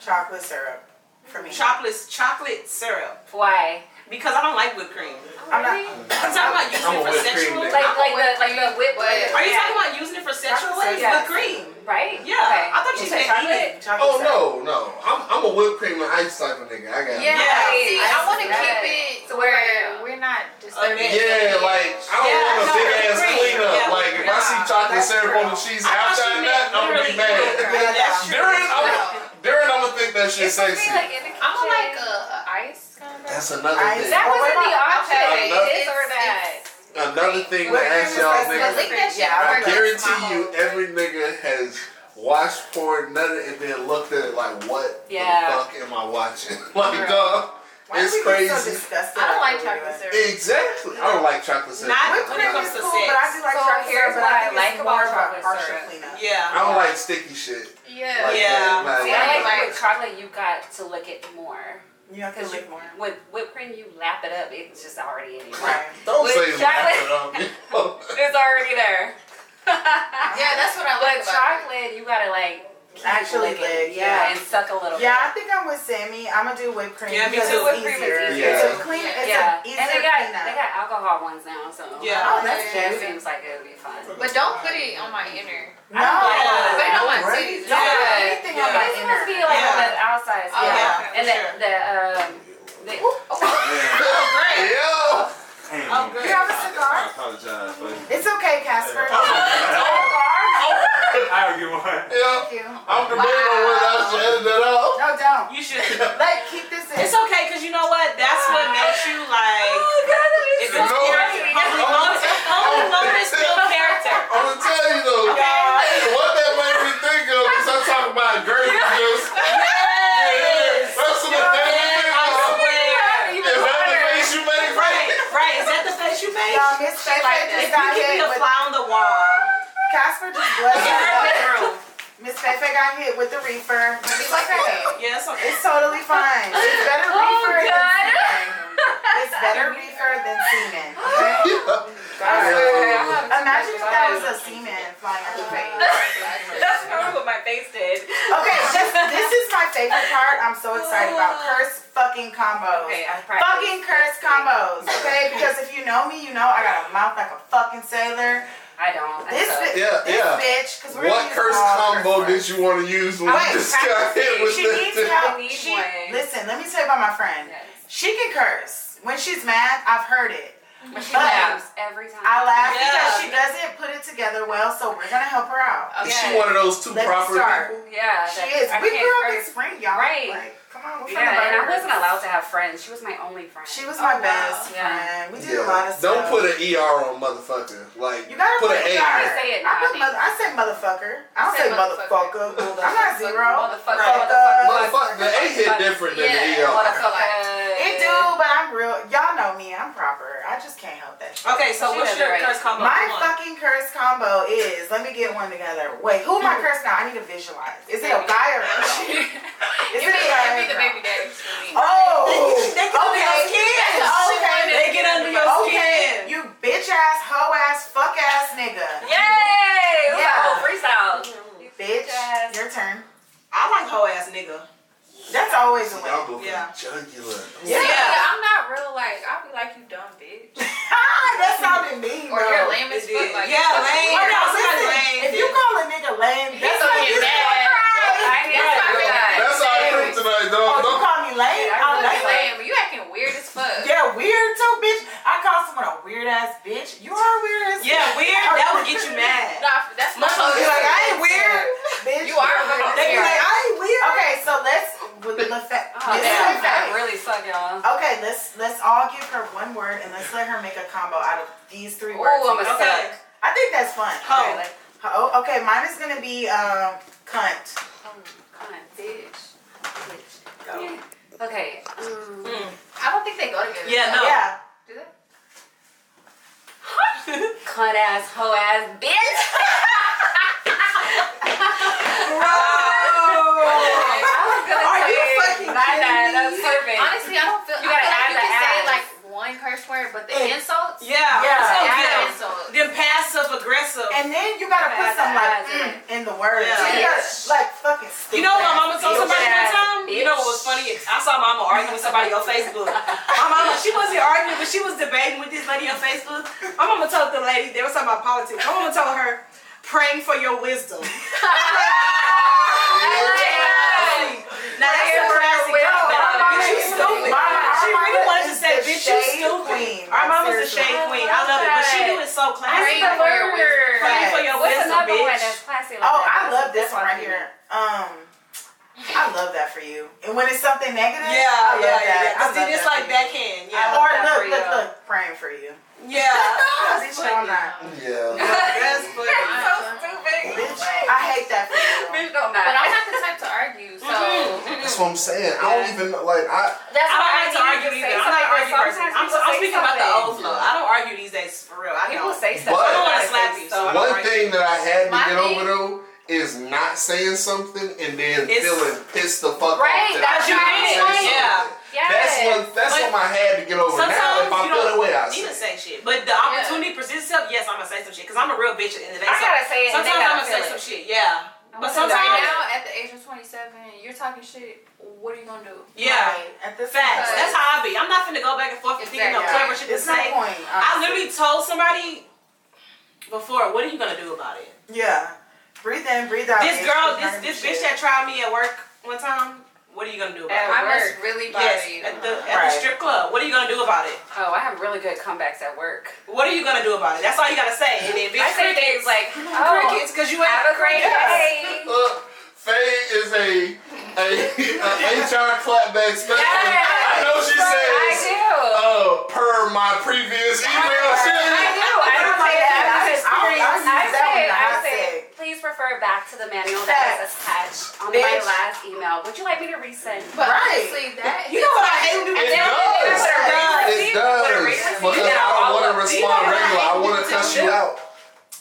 Chocolate syrup for me. chocolate chocolate syrup Why? because I don't like whipped cream. I'm not. I'm talking about using I'm a it for whipped cream sexual. man. Like like the like the whipped. But- Are you talking about using it for sexual? Chocolate It's syrup. whipped cream. Right. Yeah, Okay. I thought you said said chocolate. Chocolate Oh syrup. no, no, I'm, I'm a whipped cream and ice type of nigga. I got Yeah, Yeah, see, I I want to see that. keep it So to where- where we're not disturbing. Yeah, like I don't Yeah, want a no, big I ass agree. cleanup. Yeah, like if I see nah, chocolate that's syrup true. on the cheese I after thought you that, meant I'm gonna be literally mad. whipped cream. That's true. During, I'm gonna, during, I'm gonna think that shit It's supposed to sexy. be like in the kitchen. I'm like a, a ice kind of That's person. another Ice. thing. That Or Oh, what wasn't the about- option. Okay, This or it's- that. Another thing to Whipped ask cream y'all is I niggas. less think that shit I works for my guarantee you, whole- every nigga has watched porn, nutted, and then looked at it like, what Yeah. the fuck am I watching? *laughs* like, dog, Why it's do we get so crazy. disgusted? I don't like after we chocolate do it? syrup. Exactly. I don't like chocolate syrup. Not Whipped when cream it comes is to cool, sex. but I do like So chocolate here's syrup. but what I think like it's about more of a chocolate partial syrup. cleanup. I Yeah. don't like sticky shit. Yeah. Like Yeah. that. Like, See, I Yeah, I like like- with chocolate, you got to lick it more. You have to Because lick more. with whipped cream, you lap it up. It's just already in your Right. don't With say chocolate- that. though. *laughs* *laughs* It's already there. Yeah, that's what I like But about it. chocolate, you gotta like keep Actually licking. lick, yeah, yeah. and suck a little. Yeah, I think I'm with Sammy. I'm gonna do whipped cream Yeah, me because too. it's Whipped cream is easier. easier. It's a clean. Yeah. bit. It's yeah. a easier and they got cleanup. they got alcohol ones now, so Yeah. oh, that's that cute. seems like it'll be fun. But don't put it on my inner. No, Yeah. Put it on my Right. titties. don't Yeah. put anything on Yeah. my It's supposed to inner. be like Yeah. the outside, Oh, yeah, yeah, and for the the um. The, Oh, Great. Yo! Oh, good. You have a cigar? apologize, but *laughs* It's okay, Casper. I'll get one. Yeah. Thank you. I'm debating on whether I should edit that out. No, don't. You should. Like, keep this in. It's okay, cause you know what? That's what makes you like. Oh, It's You still know- character. Oh. Holy Moses, Holy Moses still character. *laughs* I'm gonna tell you though, what that made me think of is I talk about Gertie juice. That's Yes. what that made me Yes, think I of. swear. Is that the face you make? Right, right. Is that the face you made? Y'all, Miss Faith If just you got could be hit a with fly on the wall, Casper just *laughs* blessed in her us. bedroom. Miss Fefe got hit with the reefer. It's okay. Yeah, that's okay. It's totally fine. It's better Oh, reefer than semen. It's better reefer than semen. Okay? *laughs* Imagine if that was a semen flying out the face. That's probably what my face did. Okay, just, this is my favorite part. I'm so excited about curse fucking combos. Okay, I practiced. Fucking curse combos, okay? Because if you know me, you know I got a mouth like a fucking sailor. I don't. I This, suck. bi- Yeah, this yeah. bitch, because we're What curse combo did you want to use when Wait, this guy hit with She needs that? help. We need She, one. listen, let me tell you about my friend. Yes. She can curse. When she's mad, I've heard it. But she But- laughs every time. I laugh because Yeah. she doesn't put it together well, so we're gonna help her out. *laughs* Is she one of those two Let proper me start. people? Yeah, She that- is. I We can't grew up in curse. spring, y'all. Right. Like, come on, we're Yeah, and I from the wasn't allowed to have friends. She was my only friend. She was my Oh, wow. best Yeah. friend. We did a lot Yeah. of stuff. Don't put an ER on motherfucker. Like, You gotta put an an A. You say it I put now, mother. I say motherfucker. I don't say Say motherfucker. motherfucker. I'm not zero. Motherfucker. Right. Motherfucker. Motherfucker, the A hit different than Yeah. the ER. Motherfucker. It do, but I'm real. Y'all know me. I'm proper. I just can't help that. shit. Okay, so She what's does your it right. Oh, curse combo? My Come on. fucking curse combo is. Let me get one together. Wait, who am I cursed now? I need to visualize. Is it a guy or a girl? Is It'd it be, a guy it'd or be a the girl? baby daddies for me. Oh. They get under your skin. Okay. They get under your Okay. skin. You bitch ass, hoe ass, fuck ass nigga. Yay! Yeah. Yeah. freestyle. Bitch. Yes. Your turn. I like hoe ass nigga. That's always a win. Y'all go for Yeah. jugular. Yeah. Yeah. I'm not real like I'll be like you dumb bitch. *laughs* Ah, that sounded mean. Or bro. you're lame as It did. fuck. Like Yeah, fucking lame. Oh, weird. no, Somebody listen, lame, if you bitch. call a nigga lame, that's He's a on Oh, just saying, but you acting weird as fuck. Yeah, weird too, bitch. I call someone a weird ass bitch. You are weird as Yeah, weird. That would get you *laughs* mad. Nah, that's my Motherfuckers be like, I ain't weird. Bitch. You are weird. They be like, I ain't weird. Okay, so let's with the fact. Oh, this damn, is that fact. really suck, y'all. Okay, let's let's all give her one word and let's let her make a combo out of these three words. Oh, I'm a Okay. suck. I think that's fun. Okay, like, Oh, okay. Mine is gonna be um, cunt. oh, come on, bitch. Bitch. Go. Okay. Um, I don't think they go together. Yeah, no. Yeah. Do they? Cunt ass, hoe ass, bitch. Oh. I was gonna Are say you fucking Nah, nah, kidding me? that's perfect. Honestly, I don't feel. You gotta I feel like add you the can say ass. like one curse word, but the Eh. insults. *laughs* Yeah. Yeah. Add yeah. the insults. Then passive aggressive. And then you gotta put Bad some like eyes in mm, in the words. Yeah. You gotta, like fucking. You know what my mama told Bitch somebody one ass time? You know what was funny? I saw mama arguing with somebody on Facebook. My mama, she wasn't arguing, but she was debating with this lady on Facebook. My mama told the lady, they were talking about politics. My mama told her, praying for your wisdom. Now that's Praying a for your classic wisdom. cop-out. Mama Bitch, you is stupid. the- She really wanted to say, bitch, you stupid. Queen. Our mama's a shade queen. I love it. But she do it so That's classy. the for your word. Praying for your What's wisdom, another one bitch. that's classy like Oh, that? I love this That's one what I right here. mean. Um, I love that for you. And when it's something negative, Yeah, I love yeah, that. yeah. I Cause love it's that like for you. backhand. Yeah. Or that for look, look, you. look, praying for you. *laughs* Yeah. Bitch, no, I'm not. *laughs* *laughs* Yeah. That's funny. Bitch, I hate that for *laughs* you. Bitch, don't But matter. I'm not the type to argue, so That's what I'm saying. I don't even like I That's Mm-hmm. I why don't like to need argue say either. I'm not something, an argue sometimes person. I'm, people I'm say speaking about the something. old flow. I don't argue these days for real. I People don't. say But- stuff. I don't like want to that. slap you. So I don't one argue. thing that I had to My get thing- over though is not saying something and then It's- feeling pissed the fuck off. Right, that I that's what didn't I'm say saying. something. Yes. That's one. That's But something I had to get over. Oh, Now, if I Sometimes you feel don't that way, I need to say. say shit, but the opportunity presents itself. Yes, I'm gonna say some shit because I'm a real bitch at the end of the I day. So gotta say it and they sometimes I'm gotta feel gonna say some it. shit. Yeah, but sometimes right now at the age of 27, you're talking shit. What are you gonna do? yeah, Right, At this facts. Right. That's how I be. I'm not finna go back and forth and thinking no Exactly. clever shit to It's not say. point. I literally told somebody before, what are you gonna do about it? Yeah. Breathe in, breathe out. This bitch. girl, Keep this learning this shit. bitch that tried me at work one time. What are you gonna do about At it? I work. must really bother Yes, you. at the, at Right. the strip club. What are you gonna do about it? Oh, I have really good comebacks at work. What are you gonna do about it? That's all you gotta say. And then bitch, I say crickets. things like, oh, crickets, cause you have a great day. Uh, Faye is a a, a HR clapback specialist. I know she I says do. uh, per my previous email. She I doesn't- do. I I don't like say that. I that. just- I don't- I use I that one say, to I hot say, take. please refer back to the manual that was attached on my Bitch. last email. Would you like me to resend? But Right. honestly, that You know what I hate when And people It then does. they put a It receipt- It put a does receipt because down I all don't want of to them. respond regular. I want to cuss you out.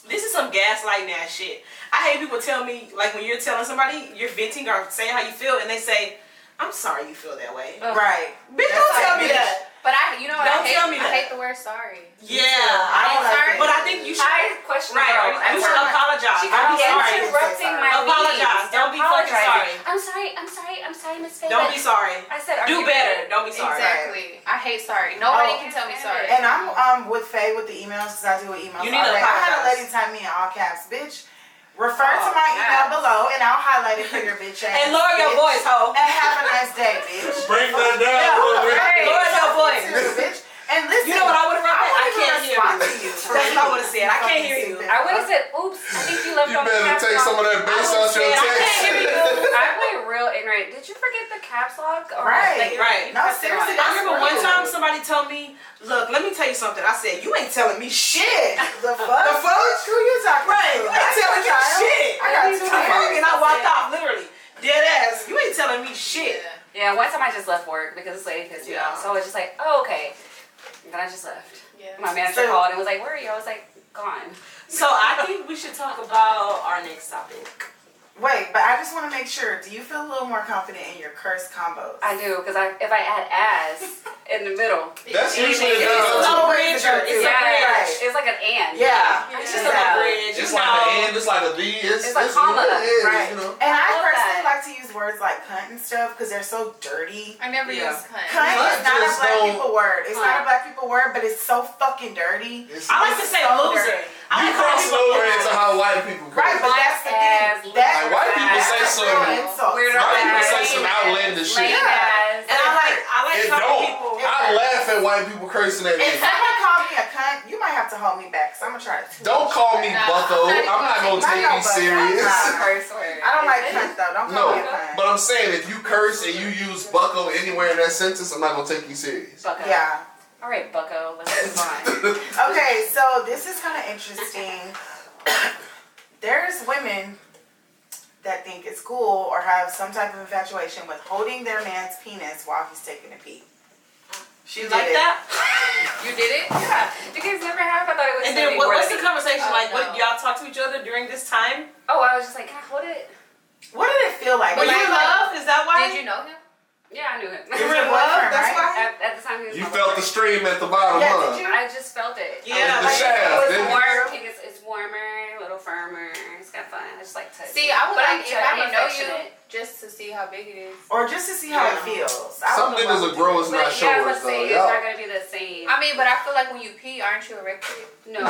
This is some gaslighting ass shit. I hate people tell me like when you're telling somebody you're venting or saying how you feel, and they say, "I'm sorry you feel that way." Right. Bitch, don't That's tell like, me bitch. that. But I, you know what Don't I hate? tell me I that. hate the word sorry. Yeah, I I don't like sorry. don't. But I think you should. I question the Right, girl. you I'm should sorry. apologize. She I'm keeps sorry. interrupting my Apologize. meetings. Don't be fucking sorry. Apologizing. I'm sorry. I'm sorry. I'm sorry, Miss Faye. Don't but- be sorry. I said, are Do you better. Don't be sorry. Exactly. I hate sorry. Nobody Oh. can tell me sorry. And I'm um with Faye with the emails because I do with emails. You need all to day. I had a apologize. lady type me in all caps, bitch. Refer to Oh, my email God. below and I'll highlight it for *laughs* your bitch ass. And lower your bitch. voice, hoe. And have a nice day, *laughs* bitch. Bring that Yeah, down. who the fuck Hey. is Lower your voice. this, bitch? And listen, You know what I would have wrote? back? I can't hear respond you. to *laughs* you. That's what I would have said. I can't hear you. I would have said, oops, I think you left You on the better caps take lock. some of that bass out your I can't hear text. you. I play real ignorant. Did you forget the caps lock? "Oh, Or Right, like, you right. No, pressed it seriously, on? I remember one rude. time somebody told me, "Look, let me tell you something." I said, "You ain't telling me shit." Shit, *laughs* the fuck? The fuck? Who you talking Right. to? You I ain't telling me child. shit. I got two Right. kids. And I walked off, literally dead ass. You ain't telling me shit. Yeah. Yeah, one time I just left work because this lady pissed me Yeah. off. So I was just like, oh, okay. And then I just left. My manager So- called and was like, where are you? I was like, gone. So I think we should talk about our next topic. Wait, but I just want to make sure. Do you feel a little more confident in your curse combos? I do, because I, if I add ass in the middle, *laughs* That's usually a It's a good answer. little bridge. or It's a yeah, bridge. Right. it's like an and. Yeah. It's just Yeah. a little bridge. It's you like know. an and, it's like a D. It's, It's what a comma, it is, right. You know? And I, I love personally that. like to use words like cunt and stuff because they're so dirty. I never Yeah. use cunt. Cunt is Cunt not a just black don't- people word. It's not a Huh. black people word, but it's so fucking dirty. It's- I like to say loser. I You like to cross call over people into how white people Right, go. but that's the thing. Black ass, That, Like, white people That's say that's a some real insult. Weirdo Why ass, people say some outlandish lame shit? ass. And I I *laughs* like I like It talking don't. people. I laugh at white people cursing at If me. someone called me a cunt, you might have to hold me back. So I'm gonna try to. Don't call me Nah, bucko. I'm I'm not not gonna even- take I you know, but I'm serious. not. Not a curse word. I don't like cunts though. Don't call me *laughs* a No, cunt. but I'm saying if you curse and you use bucko anywhere in that sentence, I'm not gonna take you serious. *laughs* Bucko. yeah. All right, Bucko. Let's move on. Okay, so this is kind of interesting. *coughs* There's women that think it's cool or have some type of infatuation with holding their man's penis while he's taking a pee. She did like it. that. You did it? Yeah. You guys never have? I thought it was And gonna be then what, what's worthy. the conversation Oh, like? What no. y'all talk to each other during this time? Oh, I was just like, can I hold it? What did it feel like? Were Was you it in like- love? Is that why? Did you know him? Yeah, I knew him. You were *laughs* in love? That's why. at, at the time, he was You my felt the stream boyfriend. at the bottom, Yeah, huh? did you? I just felt it. I Yeah, was The like, shaft, It was didn't it? warm. It's, it's warmer, a little firmer. It's kind of fun. I just like touch. See, I would But I'm like if I didn't know you affectionate. just to see how big it is. Or just to see how it Yeah. feels. I Some would love niggas are to- grown, not But yeah, I was showers about to though. say, it's not Y'all- gonna be the same. I mean, but I feel like when you pee, aren't you erected? no.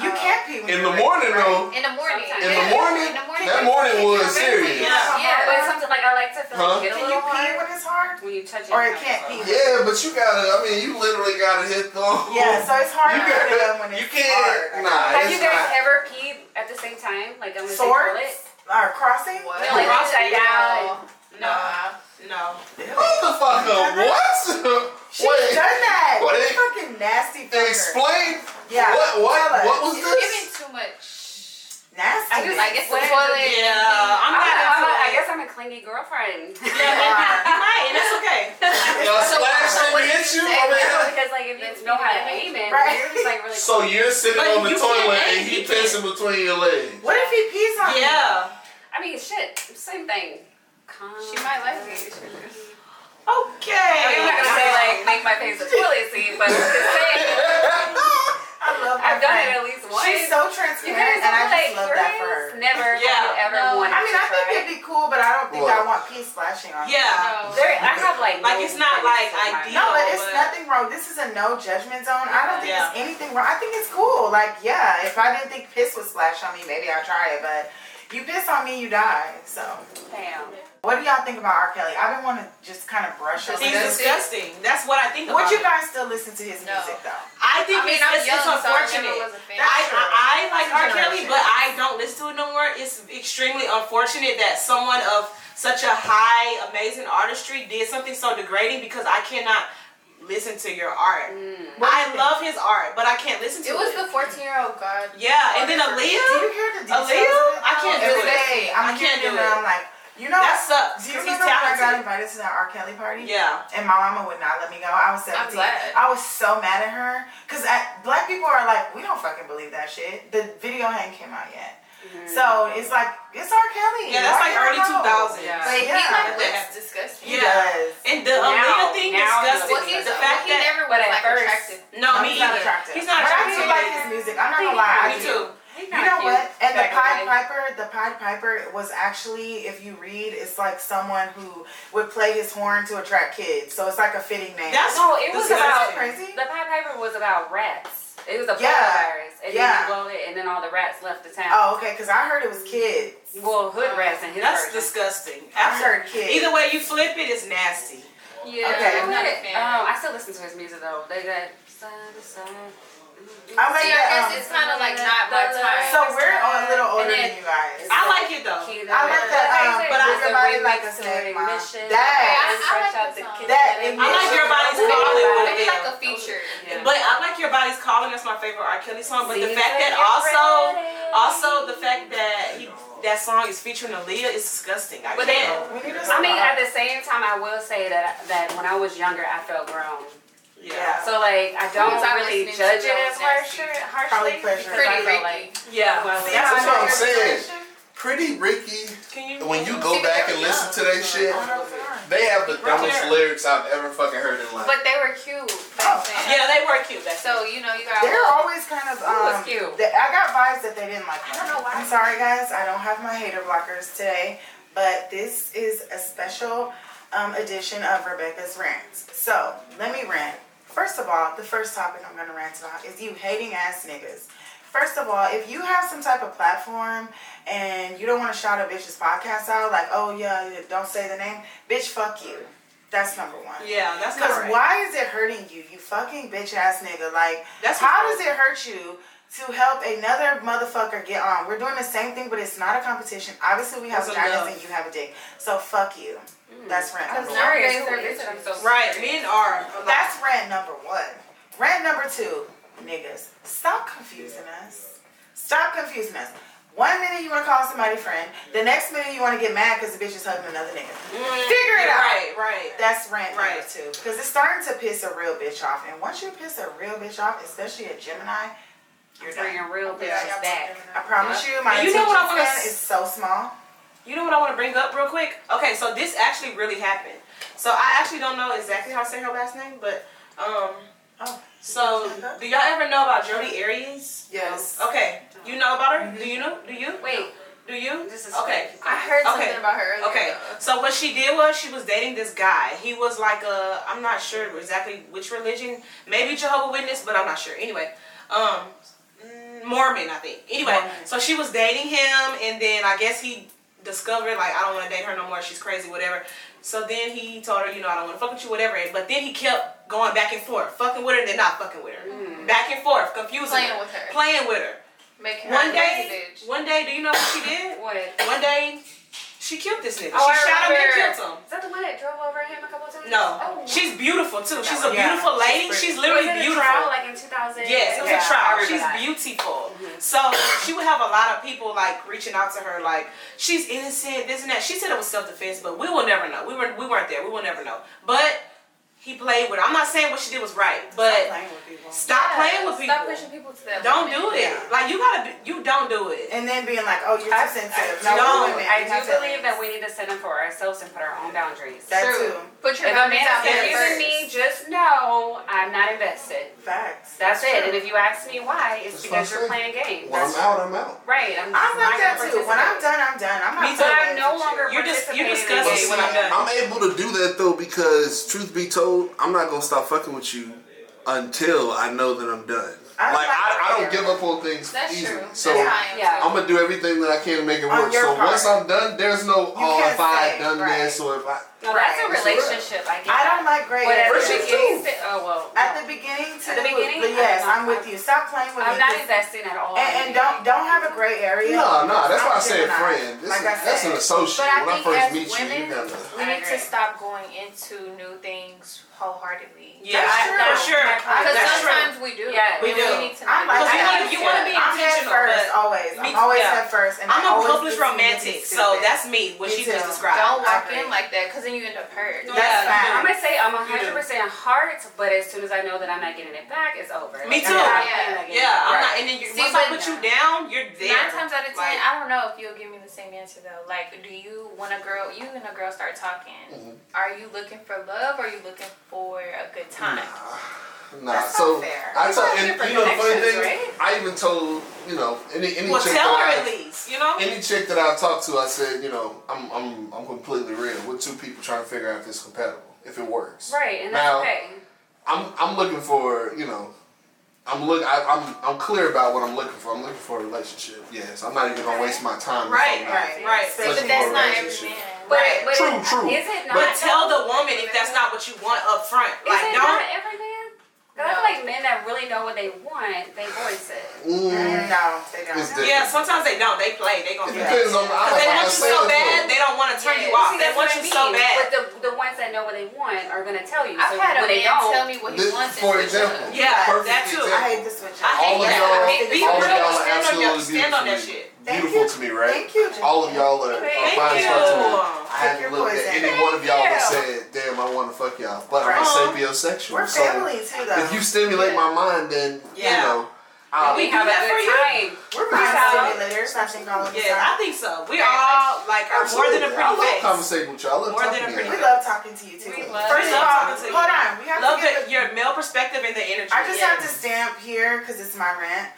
You can't pee when In you're the morning right? though, In the morning. Sometimes. in the morning, In the morning. that morning was serious. Yeah. Yeah, but something like I like to feel Huh? like get a Can you little pee hard when it's hard? when you touch it. Or it kinda can't slow. pee. Yeah, but you gotta. I mean, you literally gotta hit the. *laughs* Yeah, so it's hard to You feel gotta- when it's *laughs* you can't- hard. nah. Have It's you guys not- ever peed at the same time? Like on the same Swords? toilet? Or crossing? What? No, like upside down. No, no. What the fuck? up? What? She's done *laughs* Wait. that. What You is- fucking nasty fucker. Explain. Yeah. What? What? tell us. What was It's this? giving too much. Nasty. I just- Like it's the What? toilet. Yeah, I'm I'm not. a- I'm a- into I it. guess I'm a clingy girlfriend. *laughs* Yeah, you maybe. are. You might, and that's okay. Y'all splashed and hit you, No, my man. *laughs* because like if you know how to aim it, Right. you're just like really. So you're sitting But on the you can't toilet aim, and he you can't. pissing between your legs. What if he pees on me? Yeah. I mean, shit, same thing. Calm. She might like it. Okay. I mean, I'm not gonna say like make my face a toilet seat, but just say *laughs* I love that. I've done it at least once. She's so you transparent, guys and I are just like love that for her. curious. Never have Yeah. you ever No. wanted I mean, to I think try. it'd be cool, but I don't think I What? want pee splashing on me. Yeah. No. There, I have like. Like, no it's not, limits like, sometimes. ideal. No, but it's But- nothing wrong. This is a no judgment zone. I don't think Yeah. it's anything wrong. I think it's cool. Like, yeah, if I didn't think piss would splash on me, maybe I'd try it. But you piss on me, you die. So, Damn. what do y'all think about R. Kelly? I've been wanting to just kind of brush over He's this. disgusting. That's what I think about. Would you it. guys still listen to his No. music though? I think I mean, it's, I was it's, young, it's so I never unfortunate. was a fan. I, I, I like That's R. Kelly, generation. but I don't listen to it no more. It's extremely unfortunate that someone of such a high, amazing artistry did something so degrading because I cannot listen to your art. Mm. I love his art, but I can't listen to it. It was the 14 year old God. yeah, and then Do you Aaliyah, hear the details? Aaliyah, I can't do Every it. day, I'm I can't hearing do it. it. I'm like, you know, That sucks. do you 'cause remember he's when I got talented. invited to that R. Kelly party? Yeah. And my mama would not let me go. I was 17. glad. I was so mad at her. Because black people are like, we don't fucking believe that shit. The video hadn't came out yet. So it's like, it's R. Kelly. Mm-hmm. Yeah, that's Why like y'all early know? 2000s. Yeah. But Yeah. he like Yeah. looks disgusting. He Yeah. does. And the Now- Aaliyah thing now he's disgusted Well, me. he's, The fact he that never but was at like first- attractive. no, No, me he's not either. attractive. He's But not I attractive. do to like me. his music. I'm not gonna lie. I Me do. too. He's You not know cute. what? And the Back in Pied day. Piper, the Pied Piper was actually, if you read, it's like someone who would play his horn to attract kids. So it's like a fitting name. That's No, it was disgusting. about crazy. The Pied Piper was about rats. It was a Yeah. blood virus, and Yeah. then you blowed it, and then all the rats left the town. Oh, okay. Because I heard it was kids. Well, hood rats and his That's version. disgusting. I heard kids. Either way you flip it, it's nasty. Yeah, Okay. I'm not a fan. Um, I still listen to his music though. They got side to side. I like See, I guess that. it's kind of like not my Um, time. so we're a little older And than then- you guys. I like it though. I like that, um, but I- your body like a snake, Mom. That- I like out the the song. kitchen. That and it I like makes your you- body's Ooh. calling Ooh. with a It's bell. like a feature. Yeah. But I like your body's calling. That's my favorite R. Kelly song. But the See, fact that you're also, ready. also the fact that he, that song is featuring Aaliyah is disgusting. I But can't. We need to I mean, stop. at the same time, I will say that that when I was younger, I felt grown. Yeah. So like, I don't Sometimes really listening to judge it those as harsh, nasty- harshly. Probably pleasure. because Pretty I felt like, freaky. Yeah. See, Yeah, That's what I'm your saying. generation. *laughs* Pretty Ricky. Can you? When you go back and listen to that shit, I don't know if they are. they have the dumbest Right. lyrics I've ever fucking heard in life. But they were cute back then. Yeah, they were cute. That's So you know you got. They're always kind of um. that's cute. They, I got vibes that they didn't like. I don't know why. I'm sorry, guys. I don't have my hater blockers today, but this is a special um, edition of Rebecca's rants. So let me rant. First of all, the first topic I'm gonna rant about is you hating ass niggas. First of all, if you have some type of platform and you don't want to shout a bitch's podcast out, like, oh yeah, don't say the name, bitch, fuck you. That's number one. Yeah, that's Because correct. why is it hurting you, you fucking bitch ass nigga? Like, That's how what's does it hurt you to help another motherfucker get on? We're doing the same thing, but it's not a competition. Obviously, we have It's vaginas enough. and you have a dick, so fuck you. Mm. That's rant number one. Nowadays, they're visiting. I'm so Right, men are. That's rant number one. Rant number two, niggas, stop confusing us. Stop confusing us. One minute you want to call somebody friend, the next minute you want to get mad because the bitch is hugging another nigga. Figure it out. Mm, Right, right. That's rant right. Right. too, because it's starting to piss a real bitch off. And once you piss a real bitch off, especially a Gemini, you're done. Bringing real Yeah, bitches y'all back. talking I about- promise you, my And you know what I attention wanna span s- is so small. You know what I want to bring up real quick? Okay, so this actually really happened. So I actually don't know exactly how to say her last name, but um. Oh. So do y'all ever know about Jody Arias? Yes. Okay, you know about her? Do you know? Do you? Wait, Do you? this is Okay. I heard Okay. something about her earlier. Okay, so what she did was she was dating this guy. He was like a I'm not sure exactly which religion, maybe Jehovah Witness, but I'm not sure. Anyway, um, mm, Mormon, I think. Anyway, so she was dating him, and then I guess he discovered like I don't want to date her no more. She's crazy, whatever. So then he told her, you know, I don't want to fuck with you, whatever. But then he kept going back and forth, fucking with her, and then not fucking with her, back and forth, confusing Hmm. Playing her, with her. playing with her. Making her One a day, bitch. one day, do you know what she did? what? Is One day, she killed this nigga. Oh, I she shot him and remember. killed him. that the one that drove over him a couple of times? No, Oh. she's beautiful too. She's a one. Yeah. beautiful lady. She's literally was it beautiful. A trial, like in 2000. Yes, it was Yeah, a I trial. remember She's that. beautiful. So she would have a lot of people like reaching out to her, like she's innocent, this and that. She said it was self defense, but we will never know. We were we weren't there. We will never know. But he played with. her. I'm not saying what she did was right, but playing with people. stop playing with people. Stop pushing people to that. Don't limit. do it. Like you gotta. Be, you don't do it. And then being like, oh, you're too sensitive. No, don't. wait a minute, I you're do not believe sensitive. that we need to set them for ourselves and put our own boundaries. That True. too. Put if your a boundaries man out is there confusing first. me, just know I'm not invested. Facts. That's it. And if you ask me why, it's That's because what you're I'm playing games. When I'm out, I'm out. Right. I'm, I'm just not like that gonna too. When I'm participate. done, I'm done. I'm not. Me too. playing But I'm games with no you. longer You're dis- participating you're in disgusting games. when I'm done. I'm able to do that though because, truth be told, I'm not gonna stop fucking with you until I know that I'm done. I'm like not I, I there. don't give up on things That's easily. true. So That's how I am, Yeah. too. I'm gonna do everything that I can to make it On work. your So part. once I'm done, there's no oh can't if I say, had done right. this or if I Well, that's a Right. relationship. I get I don't that. like gray. But at areas. the Friendship beginning, too. si- oh well. At the beginning, too. At the beginning, But yes, I'm I'm not- with you. Stop playing with me. I'm not 'cause- investing at all. and, and don't don't have a gray area. No, no, that's why I I'm said Gemini. friend. This Like is, I that's an said. associate. But I When I think first as meet you, women, you gotta. We I need to agree. stop going into new things wholeheartedly. Yeah, That's true. that's true. That's Because That's true. sometimes we do. Yeah, we we do. We need to I'm know like, that. Because you I wanna- you am wanna be I'm head intentional, first, but- always. Me- I'm always yeah. head first, and I I'm a always hopeless do things to be romantic, so stupid. that's me. What Me she too. just described. Don't walk agree. in like that because then you end up hurt. Yeah, That's you fine. do. I'm gonna say I'm You do. 100 percent heart, but as soon as I know that I'm not getting it back, it's over. Me Like, I'm too. not playing that game. Yeah, I'm not. Right. And then you, See, once I but put you down, you're there. Nine times out of ten, Like, I don't know if you'll give me the same answer though. Like, do you when a girl, you and a girl start talking, Mm-hmm. are you looking for love or are you looking for a good time? Nah, That's so not fair. I It's told all and different you know the funny connections, thing, right? I even told you know any any well, chick tell her that at I, least. You know. any chick that I've talked to, I said you know I'm I'm I'm completely real. We're two people trying to figure out if it's compatible, if it works. Right, and that's Now, okay. I'm I'm looking for you know. I'm look. I, I'm I'm clear about what I'm looking for. I'm looking for a relationship. Yes, I'm not even gonna waste my time. if I'm Right, not Right, Right. right. looking But for that's a not every relationship. man. But, Right. but True, it- true. Is it not? But tell though? the woman if that's not what you want up front. Is Like, it don't. not every man? 'Cause I feel like men that really know what they want, they voice it. Mm, No, they don't. it's different. Yeah, sometimes they don't. They play. They gonna It do that. depends on. I But don't they like want I you said so bad, before. they don't want to turn Yeah, you off. See, They that's want what I you so mean. bad. But the the ones that know what they want are gonna tell you. I've so had a when they man don't, tell me what he This- wants. and for switch it up. example, Yeah, perfect that too. example. I hate this with you. I hate all of that. y'all, Be- be all of real. y'all are Stand on your- absolutely stand on that beautiful, shit. to me. Thank beautiful you. to me, right? Thank you, Jimmy. All of y'all are, are Thank fine as fuck to me. Take I you. your haven't looked at poison. any one of y'all that said, "Damn, I want to fuck y'all," but I'm Aw. sapiosexual. We're so family too, though. if you stimulate my mind, then Yeah. you know, I'll, we do have a that for good you? time. we're Peace out. mind stimulators, I think all of us Yeah, I are. think so. We all like are more than Absolutely. a pretty I love face. conversating with y'all. I love More than a talking to pretty y'all. We love talking to you too. We love First of love all, talking to you. hold on. We have Love to get the, your male perspective and the energy. I just yeah. have to stamp here because it's my rant.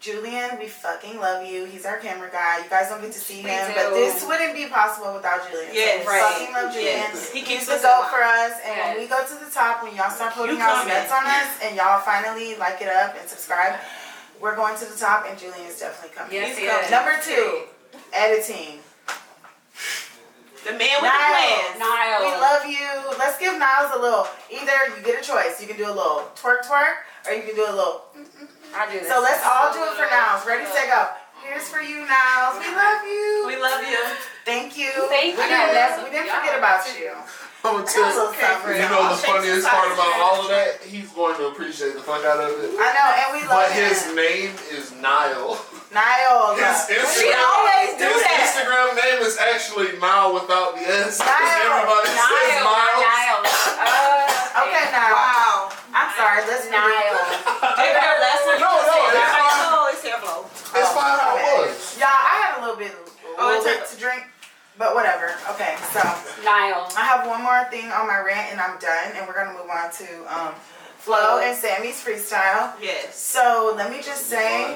Julian, we fucking love you. He's our camera guy. You guys don't get to see We him, do. but this wouldn't be possible without Julian. so Yes, we right. fucking love Julian. Yes. He He's keeps the us goat in for us. And when Yes. we go to the top, when y'all stop putting You y'all's coming. bets on us, and y'all finally like it up and subscribe, we're going to the top, and Julian's definitely coming. Yes, He's he coming. is. Number two, editing. The man with the Niall. plans. Niall. We love you. Let's give Niles a little. Either you get a choice. You can do a little twerk twerk, or you can do a little. I do this. So let's all do it for Niles. Ready, set, go. Here's for you, Niles. We love you. We love you. Thank you. Thank we you. Didn't, that's- we didn't forget about you. I'm That gonna was a tell little suffering. you know the funniest part about all of that. He's going to appreciate the fuck out of it. I know, and we love But him. his name is Niall. Niall. *laughs* His Instagram, She always do his that. Instagram name is actually Niall without the S. 'cause Niall. Everybody says Niall. Miles. Niall. Uh, *laughs* Okay, Niall. Wow. I'm sorry. Let's Niall. *laughs* They got last week. No, no, it's fine. Oh, it's Tableau. It's fine how it Okay. was. Y'all, I had a little bit, a Oh, little it's bit okay. to drink, but whatever. Okay, so. Niall. I have one more thing on my rant and I'm done and we're gonna move on to um Flo and Sammy's freestyle. Yes. So let me just say,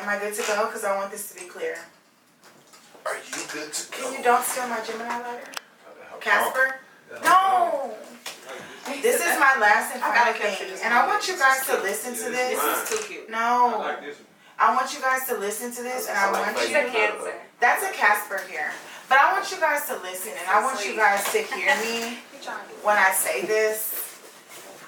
am I good to go? Because I want this to be clear. Are you good to go? Can you don't steal my Gemini letter? Casper? No! This is my last and I gotta final capture thing. this And I moment. want you guys to listen to This this. is too cute. No. this one. I want you guys to listen to this and I want She's you a cancer. that's a Casper here. But I want you guys to listen and I want you guys to hear me when I say this.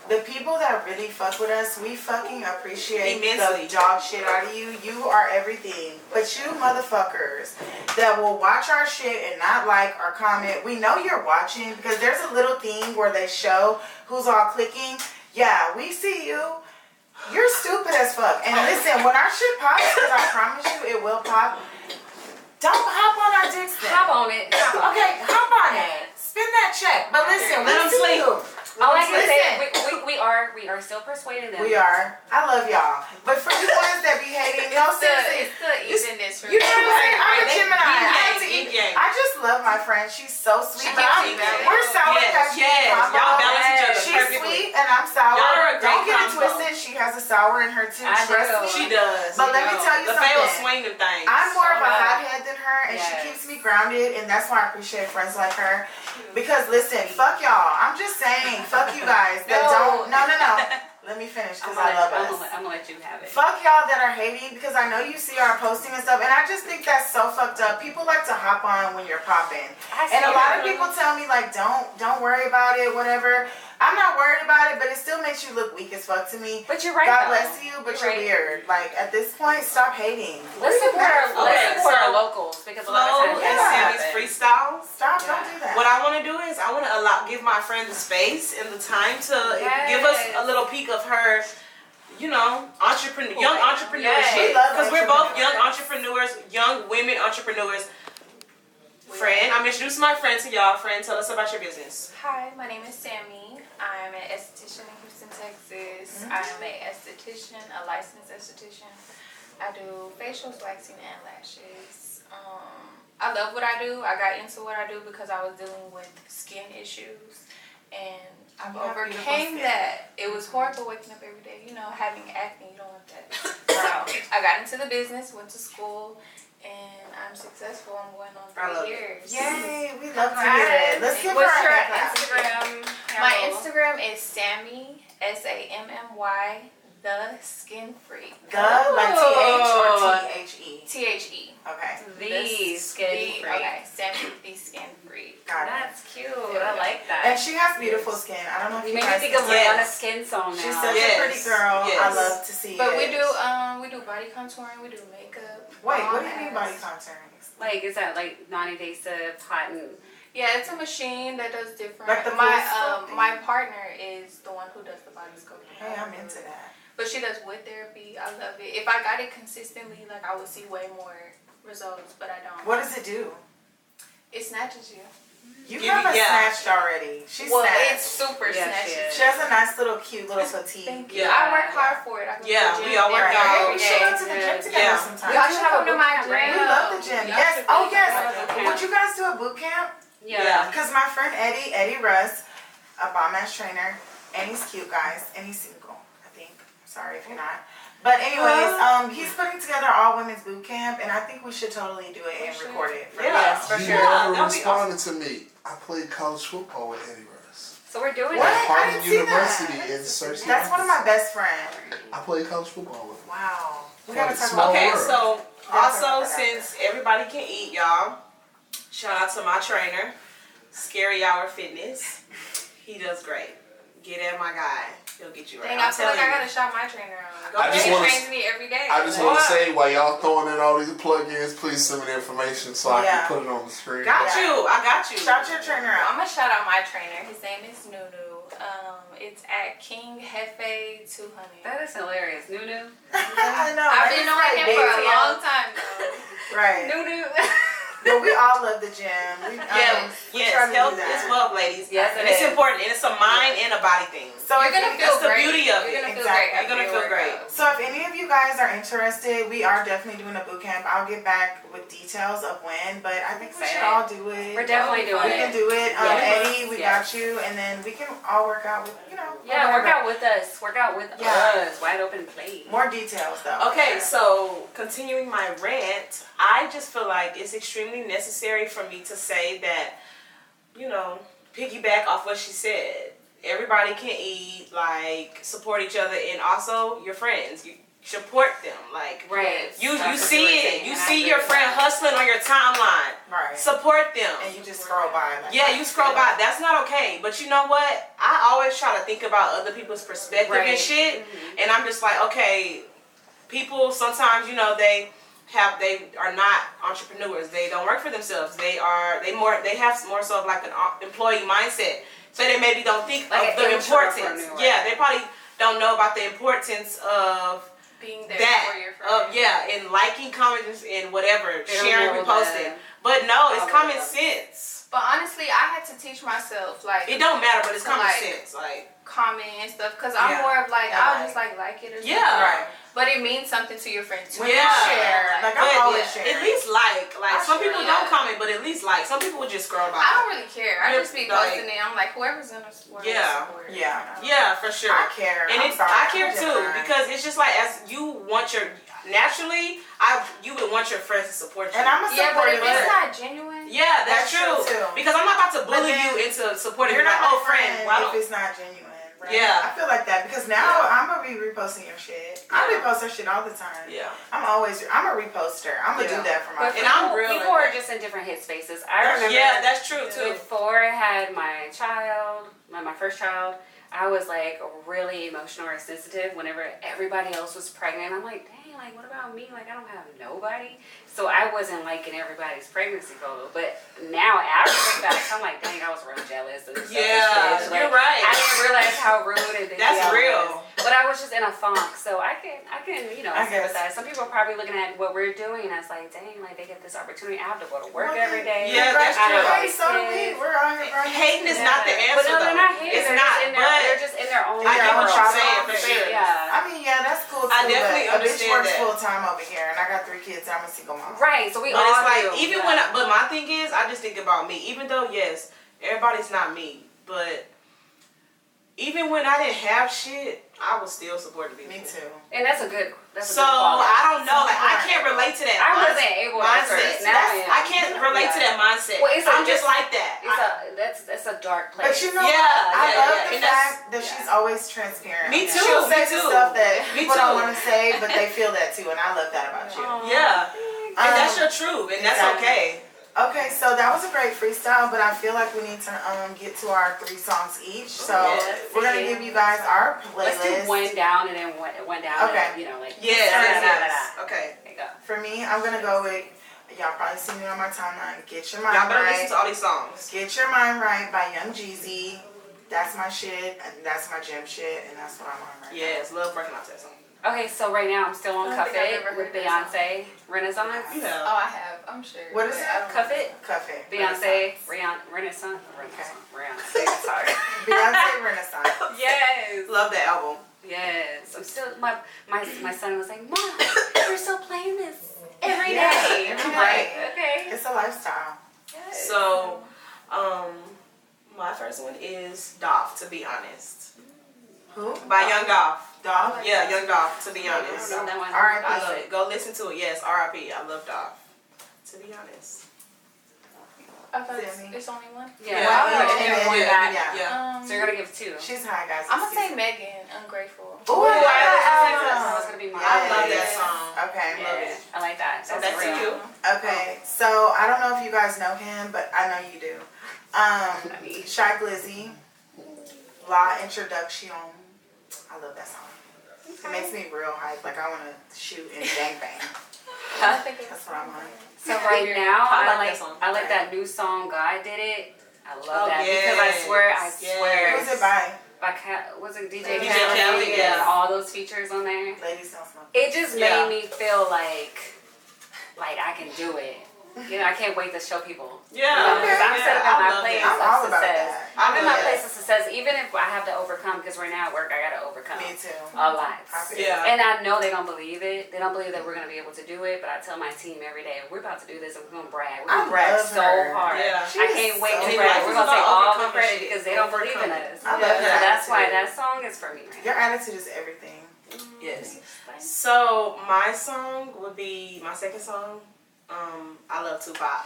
The people that really fuck with us, we fucking appreciate Immensely. the dog shit out of you. You are everything. But you motherfuckers that will watch our shit and not like or comment, we know you're watching because there's a little thing where they show who's all clicking. Yeah, we see you. You're stupid as fuck. And listen, when our shit pops, because I promise you it will pop, don't hop on our dicks then. Hop on it. Okay, hop on it. Spin that check. But listen, we Let 'em see sleep. you. All I can Listen. say, we, we, we are we are still persuading them. We are. I love y'all. But for you ones that be hating, *laughs* no It's the, seriously. it's the evenness for You know what I'm saying? I'm a Right, they- Gemini. I, yin-yang, like to eat- yin-yang. I just love my friend. She's so sweet. She but gives I'm- you value. we're sour Yes, patch yes. kids, mama. Y'all balance each other She's perfectly. sweet and I'm sour. Y'all are a Don't get great it combo. twisted. She has a sour in her too. I do. Trust me. She does. But let me tell you the fail something. swing them things. I'm more of a Alright. hothead than her, and Yes. she keeps me grounded, and that's why I appreciate friends like her. Because listen, fuck y'all. I'm just saying, fuck you *laughs* guys that No. don't. No, no, no. *laughs* Let me finish I'm because gonna, I love let, I'm, us. gonna, let- I'm gonna let you have it. Fuck y'all that are hating because I know you see our posting and stuff, and I just think that's so fucked up. People like to hop on when you're popping, I and a see lot of it. people tell me like, don't, don't worry about it, whatever. I'm not worried about it, but it still makes you look weak as fuck to me. But you're right. God though. bless you, but you're, right. weird. Like at this point, stop hating. Let's support our Okay, let's support so- our locals because a lot Flo of times and that's Sammy's happened. freestyles. Stop. Don't do that. What I want to do is I want to allow give my friend the space and the time to give us a little peek of her, you know, entrepreneur, young entrepreneurship. We love Because we're both entrepreneurs. young entrepreneurs, young women entrepreneurs. Friend, I'm introducing my friend to y'all. Friend, tell us about your business. Hi, my name is Sammy. I'm an esthetician in Houston, Texas. I'm a esthetician, a licensed esthetician. I do facials, waxing, and lashes. Um, I love what I do. I got into what I do because I was dealing with skin issues, and I've You have beautiful overcame skin. that. It was horrible waking up every day. You know, having acne, you don't want that. so I got into the business, went to school, and I'm successful. I'm going on I love it. three years. Yay, we love to hear it. Let's give her What's a your hand clap. Instagram. My handle. Instagram is Sammy S A M M Y the Skin Free The like T H or Oh. T H E. T H E. Okay, The skin free. Okay, Sammy the Skin Free. got it. That's cute. I like And that. she has beautiful skin. I don't know if You you made me guys think of know. Yes. Rihanna's skin song now. She's such Yes. a pretty girl. I Yes. love to see But it. we do um we do body contouring, we do makeup. Wait, all what do you mean that. body contouring? like is that like non-invasive cotton? Yeah, it's a machine that does different. Like the my police um thing? my partner is the one who does the body sculpting. Hey, I'm into that. But she does wood therapy. I love it. If I got it consistently, like I would see way more results. But I don't. What does it do? It snatches you. You Give me- have a yeah. snatched already. She's well, it's snatched. super Yeah, snatchy. she is. She has a nice little cute little petite. Thank you. Yeah. I work hard for it. I go to Yeah, the we gym all work every hard. Right. day. We should go to the Yeah. gym together Yeah. sometime. Y'all should come to boot my camp, gym. right? We love the gym. Y'all Yes. should Oh, go to yes. my boot Yeah. Would you guys do a boot camp? Yeah. Because my friend Eddie, Eddie Russ, a bomb ass trainer, and he's cute, guys, and he's single, I think. I'm sorry if you're not. But anyways, um, he's putting together all women's boot camp, and I think we should totally do it and should. record it. for Yeah. y'all. For you sure. never That'd be responded to me. I played college football with Eddie Russ. So we're doing What? it. I At didn't Harvard see that. University in Searcy. That's one of my best friends. I played college football with him. Wow. We gotta Like, talk small about Okay, world. so That's also what I forgot. since everybody can eat, y'all, Shout out to my trainer, Scary Hour Fitness. He does great. Get at my guy. He'll get you right. Dang, I'm I feel like telling I you. gotta shout my trainer out. Go I just He ahead. wanna- trains me every day. I just want to say while y'all throwing in all these plugins, please send me the information so I Yeah. can put it on the screen. Got Yeah. you. I got *laughs* you. Shout your trainer out. *laughs* I'm gonna shout out my trainer. His name is Nunu. Um, it's at King Hefe 200. That is hilarious. Nunu. I know. I've right? been It's knowing him like for a days, long time though. yeah. *laughs* Right. *laughs* Nunu. But we all love the gym. We, um, Yeah, we try to yes, do health that. is wealth, ladies. Yes, and it it's is. important, and it's a mind and a body thing. So You're if gonna you- feel That's the great. beauty of You're it. gonna Exactly. feel great. after You're gonna your feel great. workout. So if any of you guys are interested, we are definitely doing a boot camp. I'll get back with details of when, but I think we should Excited. all do it. We're definitely we doing can it. do it. Um, Yes. Eddie, we Yes. got you, and then we can all work out with you know. Yeah, whatever. work out with us. Work out with Yeah. us. Wide open play. More details though. Okay, so continuing my rant, I just feel like it's extremely necessary for me to say that, you know, piggyback off what she said. Everybody can eat, like support each other, and also your friends. You support them, like Right. you you That's what see we're it. saying, You and I see agree your with friend that. hustling on your timeline. Right. Support them. and you just scroll by. Like, Yeah, you scroll by. That's not okay. But you know what? I always try to think about other people's perspective Right. and shit. Mm-hmm. And I'm just like, okay, people sometimes, you know, they have they are not entrepreneurs. They don't work for themselves. They are they more they have more so of like an o- employee mindset. So they maybe don't think Like of an the importance. intrapreneur. Yeah, they probably don't know about the importance of Being there that. for your Uh, friends. yeah, and liking, comments, and whatever, They don't sharing, know reposting. that. But no, All it's of common that. sense. But honestly, I had to teach myself like It don't matter, but it's So, common like, sense. Like, comment and stuff because I'm Yeah. more of like Yeah, I'll like- just like like it or something. Yeah. Right. But it means something to your friend too. When you Yeah. share, like But I'm always yeah, sharing. at least like, like I some sure people like don't it. comment, but at least like some people would just scroll by. I don't really care. I You're just be like- posting it. I'm like whoever's gonna support. Yeah. Support. Yeah. yeah, for sure. I care. and I'm it's sorry. I I'm care too different. because it's just like as you want your naturally, I you would want your friends to support you. and I'm a Yeah, but if supportive. it's leader. not genuine, yeah, That's that's, true, too. true. Because I'm not about to But bully then you into supporting You're me, not like, my oh friend, friend why don't if it's not genuine. Right? Yeah. I feel like that because now I'm gonna be reposting your shit. I Yeah. repost her shit all the time. Yeah. I'm always I'm a reposter. I'm gonna Yeah. do that for my But friends. And I'm people- real People like are that. just in different headspaces. I remember. Yeah, that's true too. Before I had my child, my, my first child, I was like really emotional or sensitive whenever everybody else was pregnant. I'm like, dang, like what about me? Like I don't have nobody. So I wasn't liking everybody's pregnancy photo. But now after the fact, I'm like, dang, I was real jealous. And selfish Yeah, bitch. you're Like, right. I didn't realize how rude and That's yeah, I real. was. But I was just in a funk, so I can I can you know I guess. sympathize. Some people are probably looking at what we're doing, and I was like, dang, like they get this opportunity. I have to go to work Well, every day. Yeah, that's I true. have Hey, so do we. kids. We're all here. right? Hating is not the Yeah. But answer. no, though. they're not hating. It's they're not. Just in their, but they're just in their own. I get what world. you're saying for Yeah. sure. Yeah. I mean, yeah, that's cool too. I definitely but a understand bitch works that. full time over here, and I got three kids. and I'm a single mom. Right. So we But all it's like do, even yeah. when I, but my thing is I just think about me. Even though yes, everybody's not me, but even when I didn't have shit, I was still supporting people. Me too. and that's a good. That's a So good quality. I don't know, like I Right. can't relate to that. I mindset. wasn't able to mindset. first. Now That's- I am. I *laughs* can't relate to Yeah. that mindset. Well, it's a- I'm it's- just like that. It's a that's that's a dark place. But you know, Yeah, what? I yeah, love yeah, the and that's- fact that yeah. she's always transparent. Me too, She'll say me the too. stuff that Me people don't too. want to say, but they feel that too, and I love that about you. I- yeah, and Um, that's your truth, and that's exactly. okay. Okay, so that was a great freestyle, but I feel like we need to um get to our three songs each. So Oh, Yes. we're gonna give you guys our Let's playlist. do one down and then one, one down. Okay. And, you know, like Yes, da, da, yes, da, da, yes. da. Okay, There you go. For me, I'm gonna go with y'all probably seen me on my timeline. Get your mind y'all better right. listen to all these songs. Get Your Mind Right by Young Jeezy. That's my shit, and that's my gym shit, and that's what I'm on right now. Yes, love working out to that song. Okay, so right now I'm still on I don't Cuff think I've It ever with heard that Beyonce, Renaissance. You oh, know, I have. I'm sure. What is but it? I don't Cuff It, Cuff it. Beyonce, Rihanna, Renaissance, Renaissance, *laughs* Renaissance. *laughs* Sorry. Beyonce Renaissance. Yes. love that album. Yes. I'm still my my my son was like, Mom, we're still playing this every day. Yeah, And every I'm like, day. okay. It's a lifestyle. Yes. So, um, my first one is Dolph, to be honest. Who? By Young Dolph. Dog? Yeah, Young Dolph, to be I don't honest. know that one. Alright, I love it. Go listen to it. Yes, RIP. I love Dolph, to be honest. know. I thought it's, Sammy. it's only one. Yeah. Yeah. I'm gonna give Yeah, one yeah, guy. yeah. Um, So you're gonna give two. She's high, guys. I'm gonna say Megan, *laughs* ungrateful. Ooh, Ooh, I I like that. that That song. was gonna be mine. Yeah, I love that yes. song. Okay, love Yeah, it. I like that. So back to real. you. Okay, so I don't know if you guys know him, but I know you do. *laughs* Um, Shy Glizzy, La Introduction. I love that song. It makes me real hype. Like I want to shoot *laughs* and bang bang. I think it's That's what I'm on. So right now, I I like like, that I like, song. that new song. God did it. I love Oh, that because I swear, I yes, yes. swear. Who's it by? by Ka- was it DJ, DJ Khaled Khaled, and yeah. all those features on there. Ladies Don't Smoke. It just Yeah. made me feel like, like I can do it. You know, I can't wait to show people. Yeah, Because I'm set up in my place I'm all of about success. that. I'm in my Yeah. place of success, even if I have to overcome. Because right now at work, I gotta overcome Me too. a lot. Profit. Yeah. And I know they don't believe it. They don't believe that we're gonna be able to do it. But I tell my team every day, we're about to do this, and we're gonna brag. We're I gonna brag love so her. hard. Yeah. I can't wait so to life brag. is We're gonna take about all the overcoming credit shit. because they don't believe in Overcoming. us. I love Yeah. So that. that's why that song is for me. Right Your attitude is everything. Yes. So my song would be my second song. Um, I love Tupac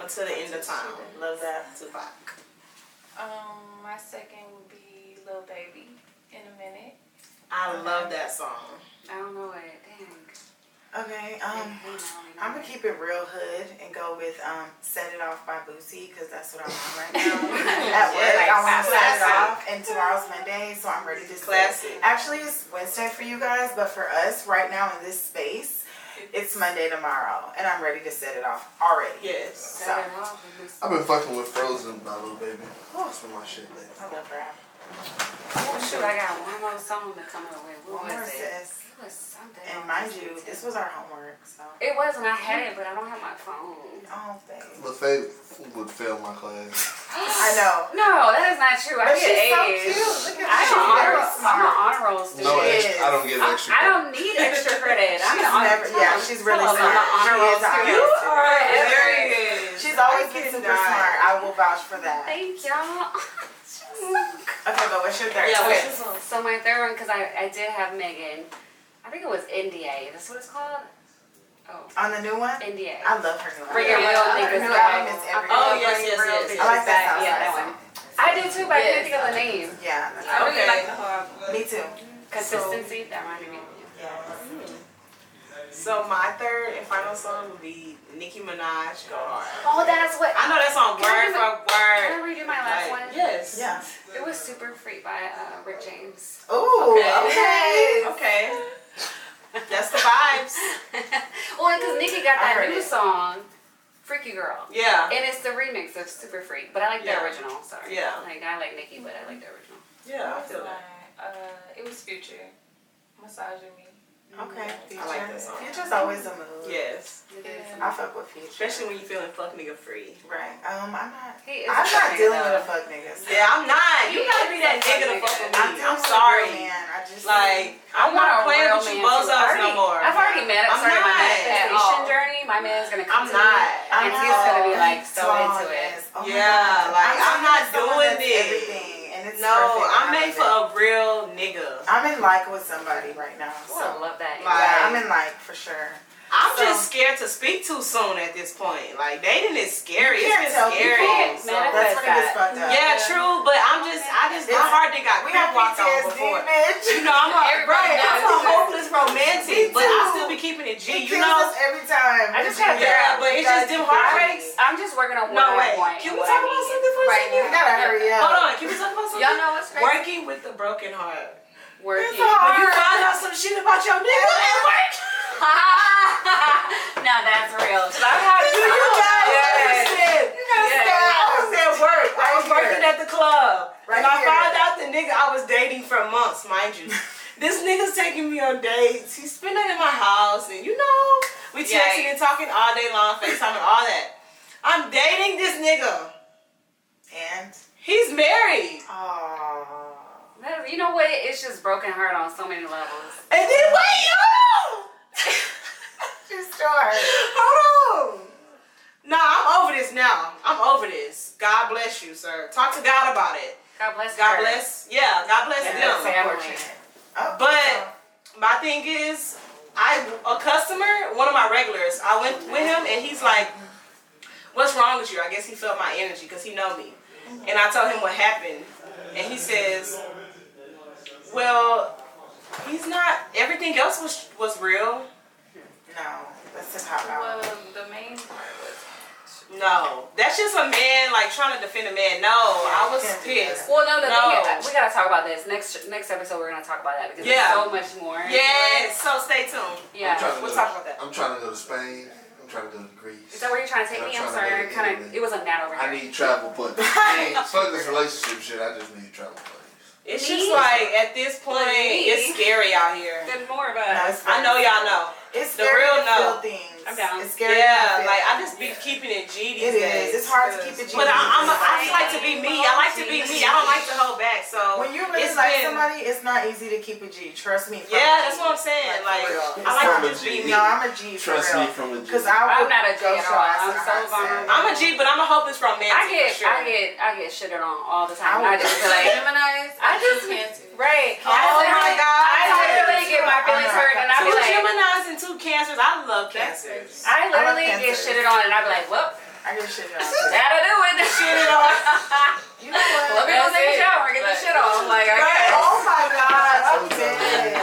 until the end of time. Love that Tupac. Um, my second would be Lil Baby in a minute. I love that song. I don't know it. Dang. Okay. Um. I'm gonna keep it real hood and go with um, "Set It Off" by Boosie because that's what I'm on right now. At work, I want to set it off, and tomorrow's Monday, so I'm ready to set- Classic. Actually, it's Wednesday for you guys, but for us right now in this space, it's Monday tomorrow, and I'm ready to set it off already. Yes. So I I've been fucking with Frozen by Lil Baby. That's been my shit lately. love rap. Shoot, I got one more song to come up with. One What more was it? sis. It was something. And on mind this you, one. this was our homework, so It was, and I had it, but I don't have my phone. oh thanks. Lil Faye would fail my class. *gasps* *laughs* I know. *gasps* No, that is not true. But I get she's so A's. cute. Look at I'm her. an honor. She's very I'm an smart. honor roll student. No, She extra, is. I don't get I, extra. I don't need *laughs* extra credit. I'm She's an honor. never- tell yeah, them- she's tell really them I'm an smart. honor She roll is an honor student. roll You are Very hilarious. good. She's always I been super cannot. smart. I will vouch for that. Thank y'all. *laughs* *laughs* Okay, but what's your third? Yeah, Okay. what's your song? So my third one, because I, I did have Megan. I think it was NDA. That's what it's called. Oh, On the new one? NDA. I love her new Bring album. your I real love her niggas new back. album. It's everything. Oh, yes, yes, Bring your yes. I like real niggas that back. song. Yeah, that one. I do too, but I can't think of the name. Yeah. I really Okay. like Me too. Consistency, that reminded me. Yeah. So my third and final song would be Nicki Minaj. Go hard. Oh, that's what. I know that song Can I do word for word. Can I redo my last Like, one? Yes. Yeah. It was Super Free by uh, Rick James. *laughs* Ooh, okay. *laughs* Okay. That's the vibes. well, because Nikki I got that heard new it. song, Freaky Girl. Yeah. And it's the remix of Super Freak, but I like Yeah. the original, sorry. Yeah. Like, I like Nikki, but I like the original. Yeah, I What was feel mine? that. Uh, it was Future. Massaging me. Okay. Future. I like that song. Future's always a mood. Yes. It is. I fuck with Future. Especially when you feeling fuck nigga free. Right. Um, I'm not. He is I'm a not fucking dealing dog. with a fuck niggas. Yeah, I'm not. You He gotta be is that a nigga to fuck fuck with nigga. I'm me. dealing with a I'm real sorry. Man, I just Like, I'm not not a playing real with you man, bozos too. I no already- more. I've already met. I'm started my not. manifestation At all. journey. My man's gonna come I'm to me, not. I'm and he's gonna be not. like so Tall into it. ass. Oh my Yeah, God. like, I'm trying to not be someone doing that's this. Everything, and it's no, perfect, I'm and I made love for it. a real nigga. I'm in like with somebody right now. Oh, I So love that. Like, yeah, I'm in like for sure. I'm So- just scared to speak too soon at this point. Like dating is scary. You It's can't been tell scary. people. So- Man, That's when it gets that. fucked up. yeah, true, but I'm just, I just, my It's- heart that got We have walked on PTSD, before. bitch. You *laughs* know, *laughs* I'm a, Everybody right, I'm a knows. hopeless romantic, Me but I too. still be keeping it It G, you kills know? us every time. I just We do gotta figure that. out, but We it's just gotta them keep going. heartbreaks. I'm just working on No what way. I want. and Can we what talk I about need. something for a right second? We now? gotta hurry up. Hold on, can we talk about something? Y'all know what's crazy? Working with the broken heart. Working. hard. When you find out some shit about your nigga at work, *laughs* now that's real. 'Cause I've had. you guys understand. You gotta Yeah. stop. I was at work. I was Right working here. at the club. Right and I here. found out the nigga I was dating for months, mind *laughs* you. this nigga's taking me on dates. He's spending at my house, and you know, we texting and talking all day long, FaceTime and all that. I'm dating this nigga. And He's married. oh, That- You know what? It's just broken heart on so many levels. And then wait, hold on. *laughs* just start. Hold on. Nah, I'm over this now. I'm over this. God bless you, sir. Talk to God about it. God bless. God her. bless. Yeah, God bless Yeah, them. that's Family. Unfortunate. Oh, But my thing is, I a customer, one of my regulars, I went with him and he's like, "What's wrong with you?" I guess guess he felt my energy because he know me. And I told him what happened, and he says, "Well, he's not. Everything else was was real. No, that's just how I Well, the main part was. No, that's just a man like trying to defend a man. No, I was Can't do pissed. Well, no, the No. thing is, we gotta talk about this next next episode. We're gonna talk about that because Yeah. there's so much more. to it. Yes. So stay tuned. I'm trying Yeah. to We'll go- talk about that. I'm trying to go to Spain. I'm trying to go to Greece. Is that where you're trying to take I'm me? I'm trying to sorry. go to Kind of. Italy. It was a gnat over here. I need travel *laughs* buddies. Fuck this relationship shit. I just need travel buddies. It's Me? just like at this point, me? it's scary out here. Then more of No, us. it's I know y'all know. It's The scary real to feel no. things. I'm down. It's scary. to Yeah, feel like I things. just be keeping it G It these is. days. It's hard to keep it. But I, I'm a, I G. just like to be me. I like to be me. I don't like to hold back. So When you really it's like been- somebody, it's not easy to keep a G. Trust me. from yeah, a that's G. what I'm saying. Like real. I like to From a just be G. me. No, I'm a G. Trust for me real. from a G. Cause I I'm would not a G go at so all. hard I'm to so hide vulnerable. that. I'm a G, but I'm a hopeless romantic. I get for sure. I get I get shitted on all the I time. I, would- just feel like Gemini's. I just can't do. right. Oh my God. I literally get my feelings hurt, and I Two be like, Gemini's and two Cancers. I love Cancers. I literally I love get Cancers. shitted on, and I be like, well, I get shit out. gotta do it. Shitted on. *laughs* You know what? *laughs* Let me go take a shower, and get this shit on. Like, I Right. guess. Oh *laughs* my God! I'm dead.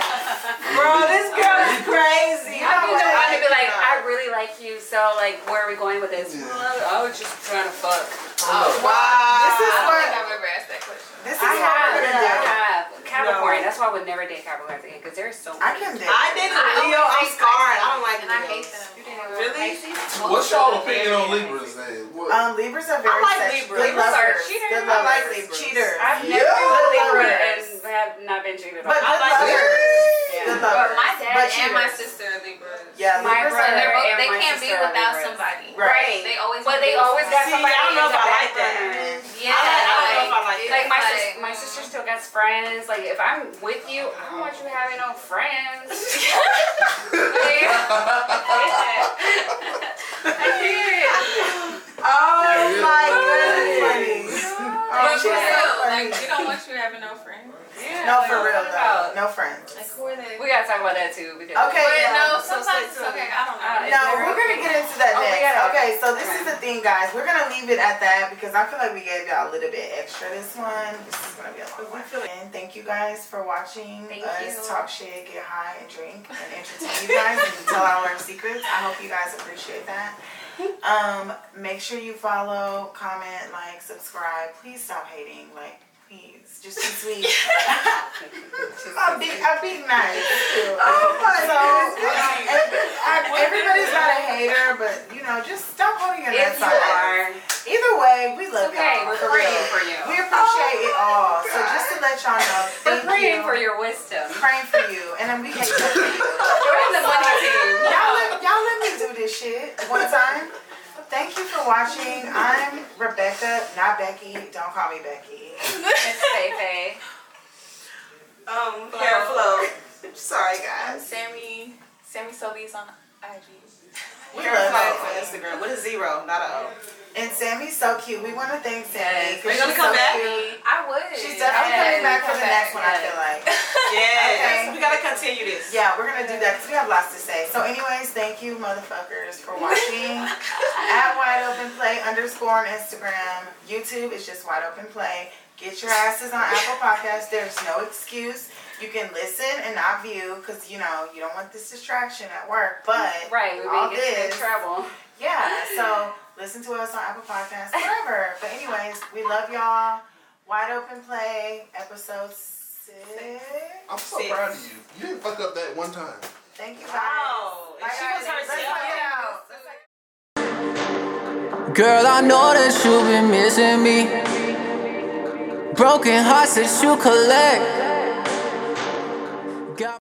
Bro, this girl is crazy. You know I'm what? gonna be like, I really like you, so like, where are we going with this? Yeah. Well, I was just trying to fuck. This is Oh, I don't think what. I've ever asked that question. This is I what have, we're I gonna do. have Capricorn. No. That's why I would never date Capricorns again because they're so. I can date. I did a Leo. I'm scarred. I don't like And I Leos. hate You them. didn't Really? What's y'all opinion on Libras then? What? *laughs* Um, *laughs* Libras are very. like sex- good Libras. Libras are lovers. cheaters. Good I lovers. like Libras. Cheaters. I've Yeah. never been with Libra Lovers. and have not been cheated on. But I good like lovers. Yeah. Good But lovers. my But dad and my cheaters. sister are Libras. Yeah, My Libras brother- are. They're both, and they my can't be sister are without Libras. somebody. Right. They always. But they need to be always got See, somebody I don't know in the if I like background. that. Yeah. I don't know if I like it's Like my sis- my oh, sister still got friends. Like if I'm with you, I don't want you having no friends. *laughs* Like, I did. Oh my goodness. But Oh, for real, funny. like we don't want you having no friends. Yeah, No, like, for what real though. about- No friends. Like who are they? We gotta talk about that too because Okay. But yeah, no, so sometimes stay tuned. okay. I don't Uh, know. No, we're gonna get into that Oh, we next. gotta- okay, so this is the thing, guys. We're gonna leave it at that because I feel like we gave y'all a little bit extra this one. This is gonna be a long one. And thank you guys for watching Thank us you. talk shit, get high, and drink, and entertain you guys and *laughs* tell all our secrets. I hope you guys appreciate *laughs* that. Um, make sure you follow, comment, like, subscribe. Please stop hating. Like, please, just be sweet. *laughs* I'll be, I'll be nice. Too. Oh my so, um, ev- I- everybody's not a hater, but you know, just stop holding your nuts If you on us. are, Either way, we love okay, y'all. we're for praying real. for you. We appreciate it all. So just to let y'all know, We're thank praying you. for your wisdom. Praying for you, and then we hate you. for you. Join the *laughs* money team. Y'all let, y'all let me do this shit one time. Thank you for watching. I'm Rebecca, not Becky. Don't call me Becky. Miss Feifei. Um, hair flow. Sorry, guys. Sammy, Sammy Solis on IG. We Hair love flow y'all. on Instagram with a zero, not a O. And Sammy's so cute. We want to thank Sammy. Yes, 'cause Are you gonna she's come so back? cute. I would. She's definitely Yes, coming back we'll for the come next back, one, I yes. feel like. Yes. Okay. We gotta continue this. Yeah, we're gonna do that because we have lots to say. So, anyways, thank you, motherfuckers, for *laughs* watching. At Wide Open Play underscore on Instagram, YouTube is just Wide Open Play. Get your asses on Apple Podcasts. There's no excuse. You can listen and not view because you know you don't want this distraction at work. But Right, we all may get this- in trouble. yeah, so listen to us on Apple Podcasts, whatever. But anyways, we love y'all. Wide Open Play episode six. I'm so proud of you. You didn't fuck up that one time. Thank you guys. Wow. Bye, And she was guys. Let's herself. fuck it out. Let's fuck- Girl, I know that you've been missing me. Broken hearts that you collect.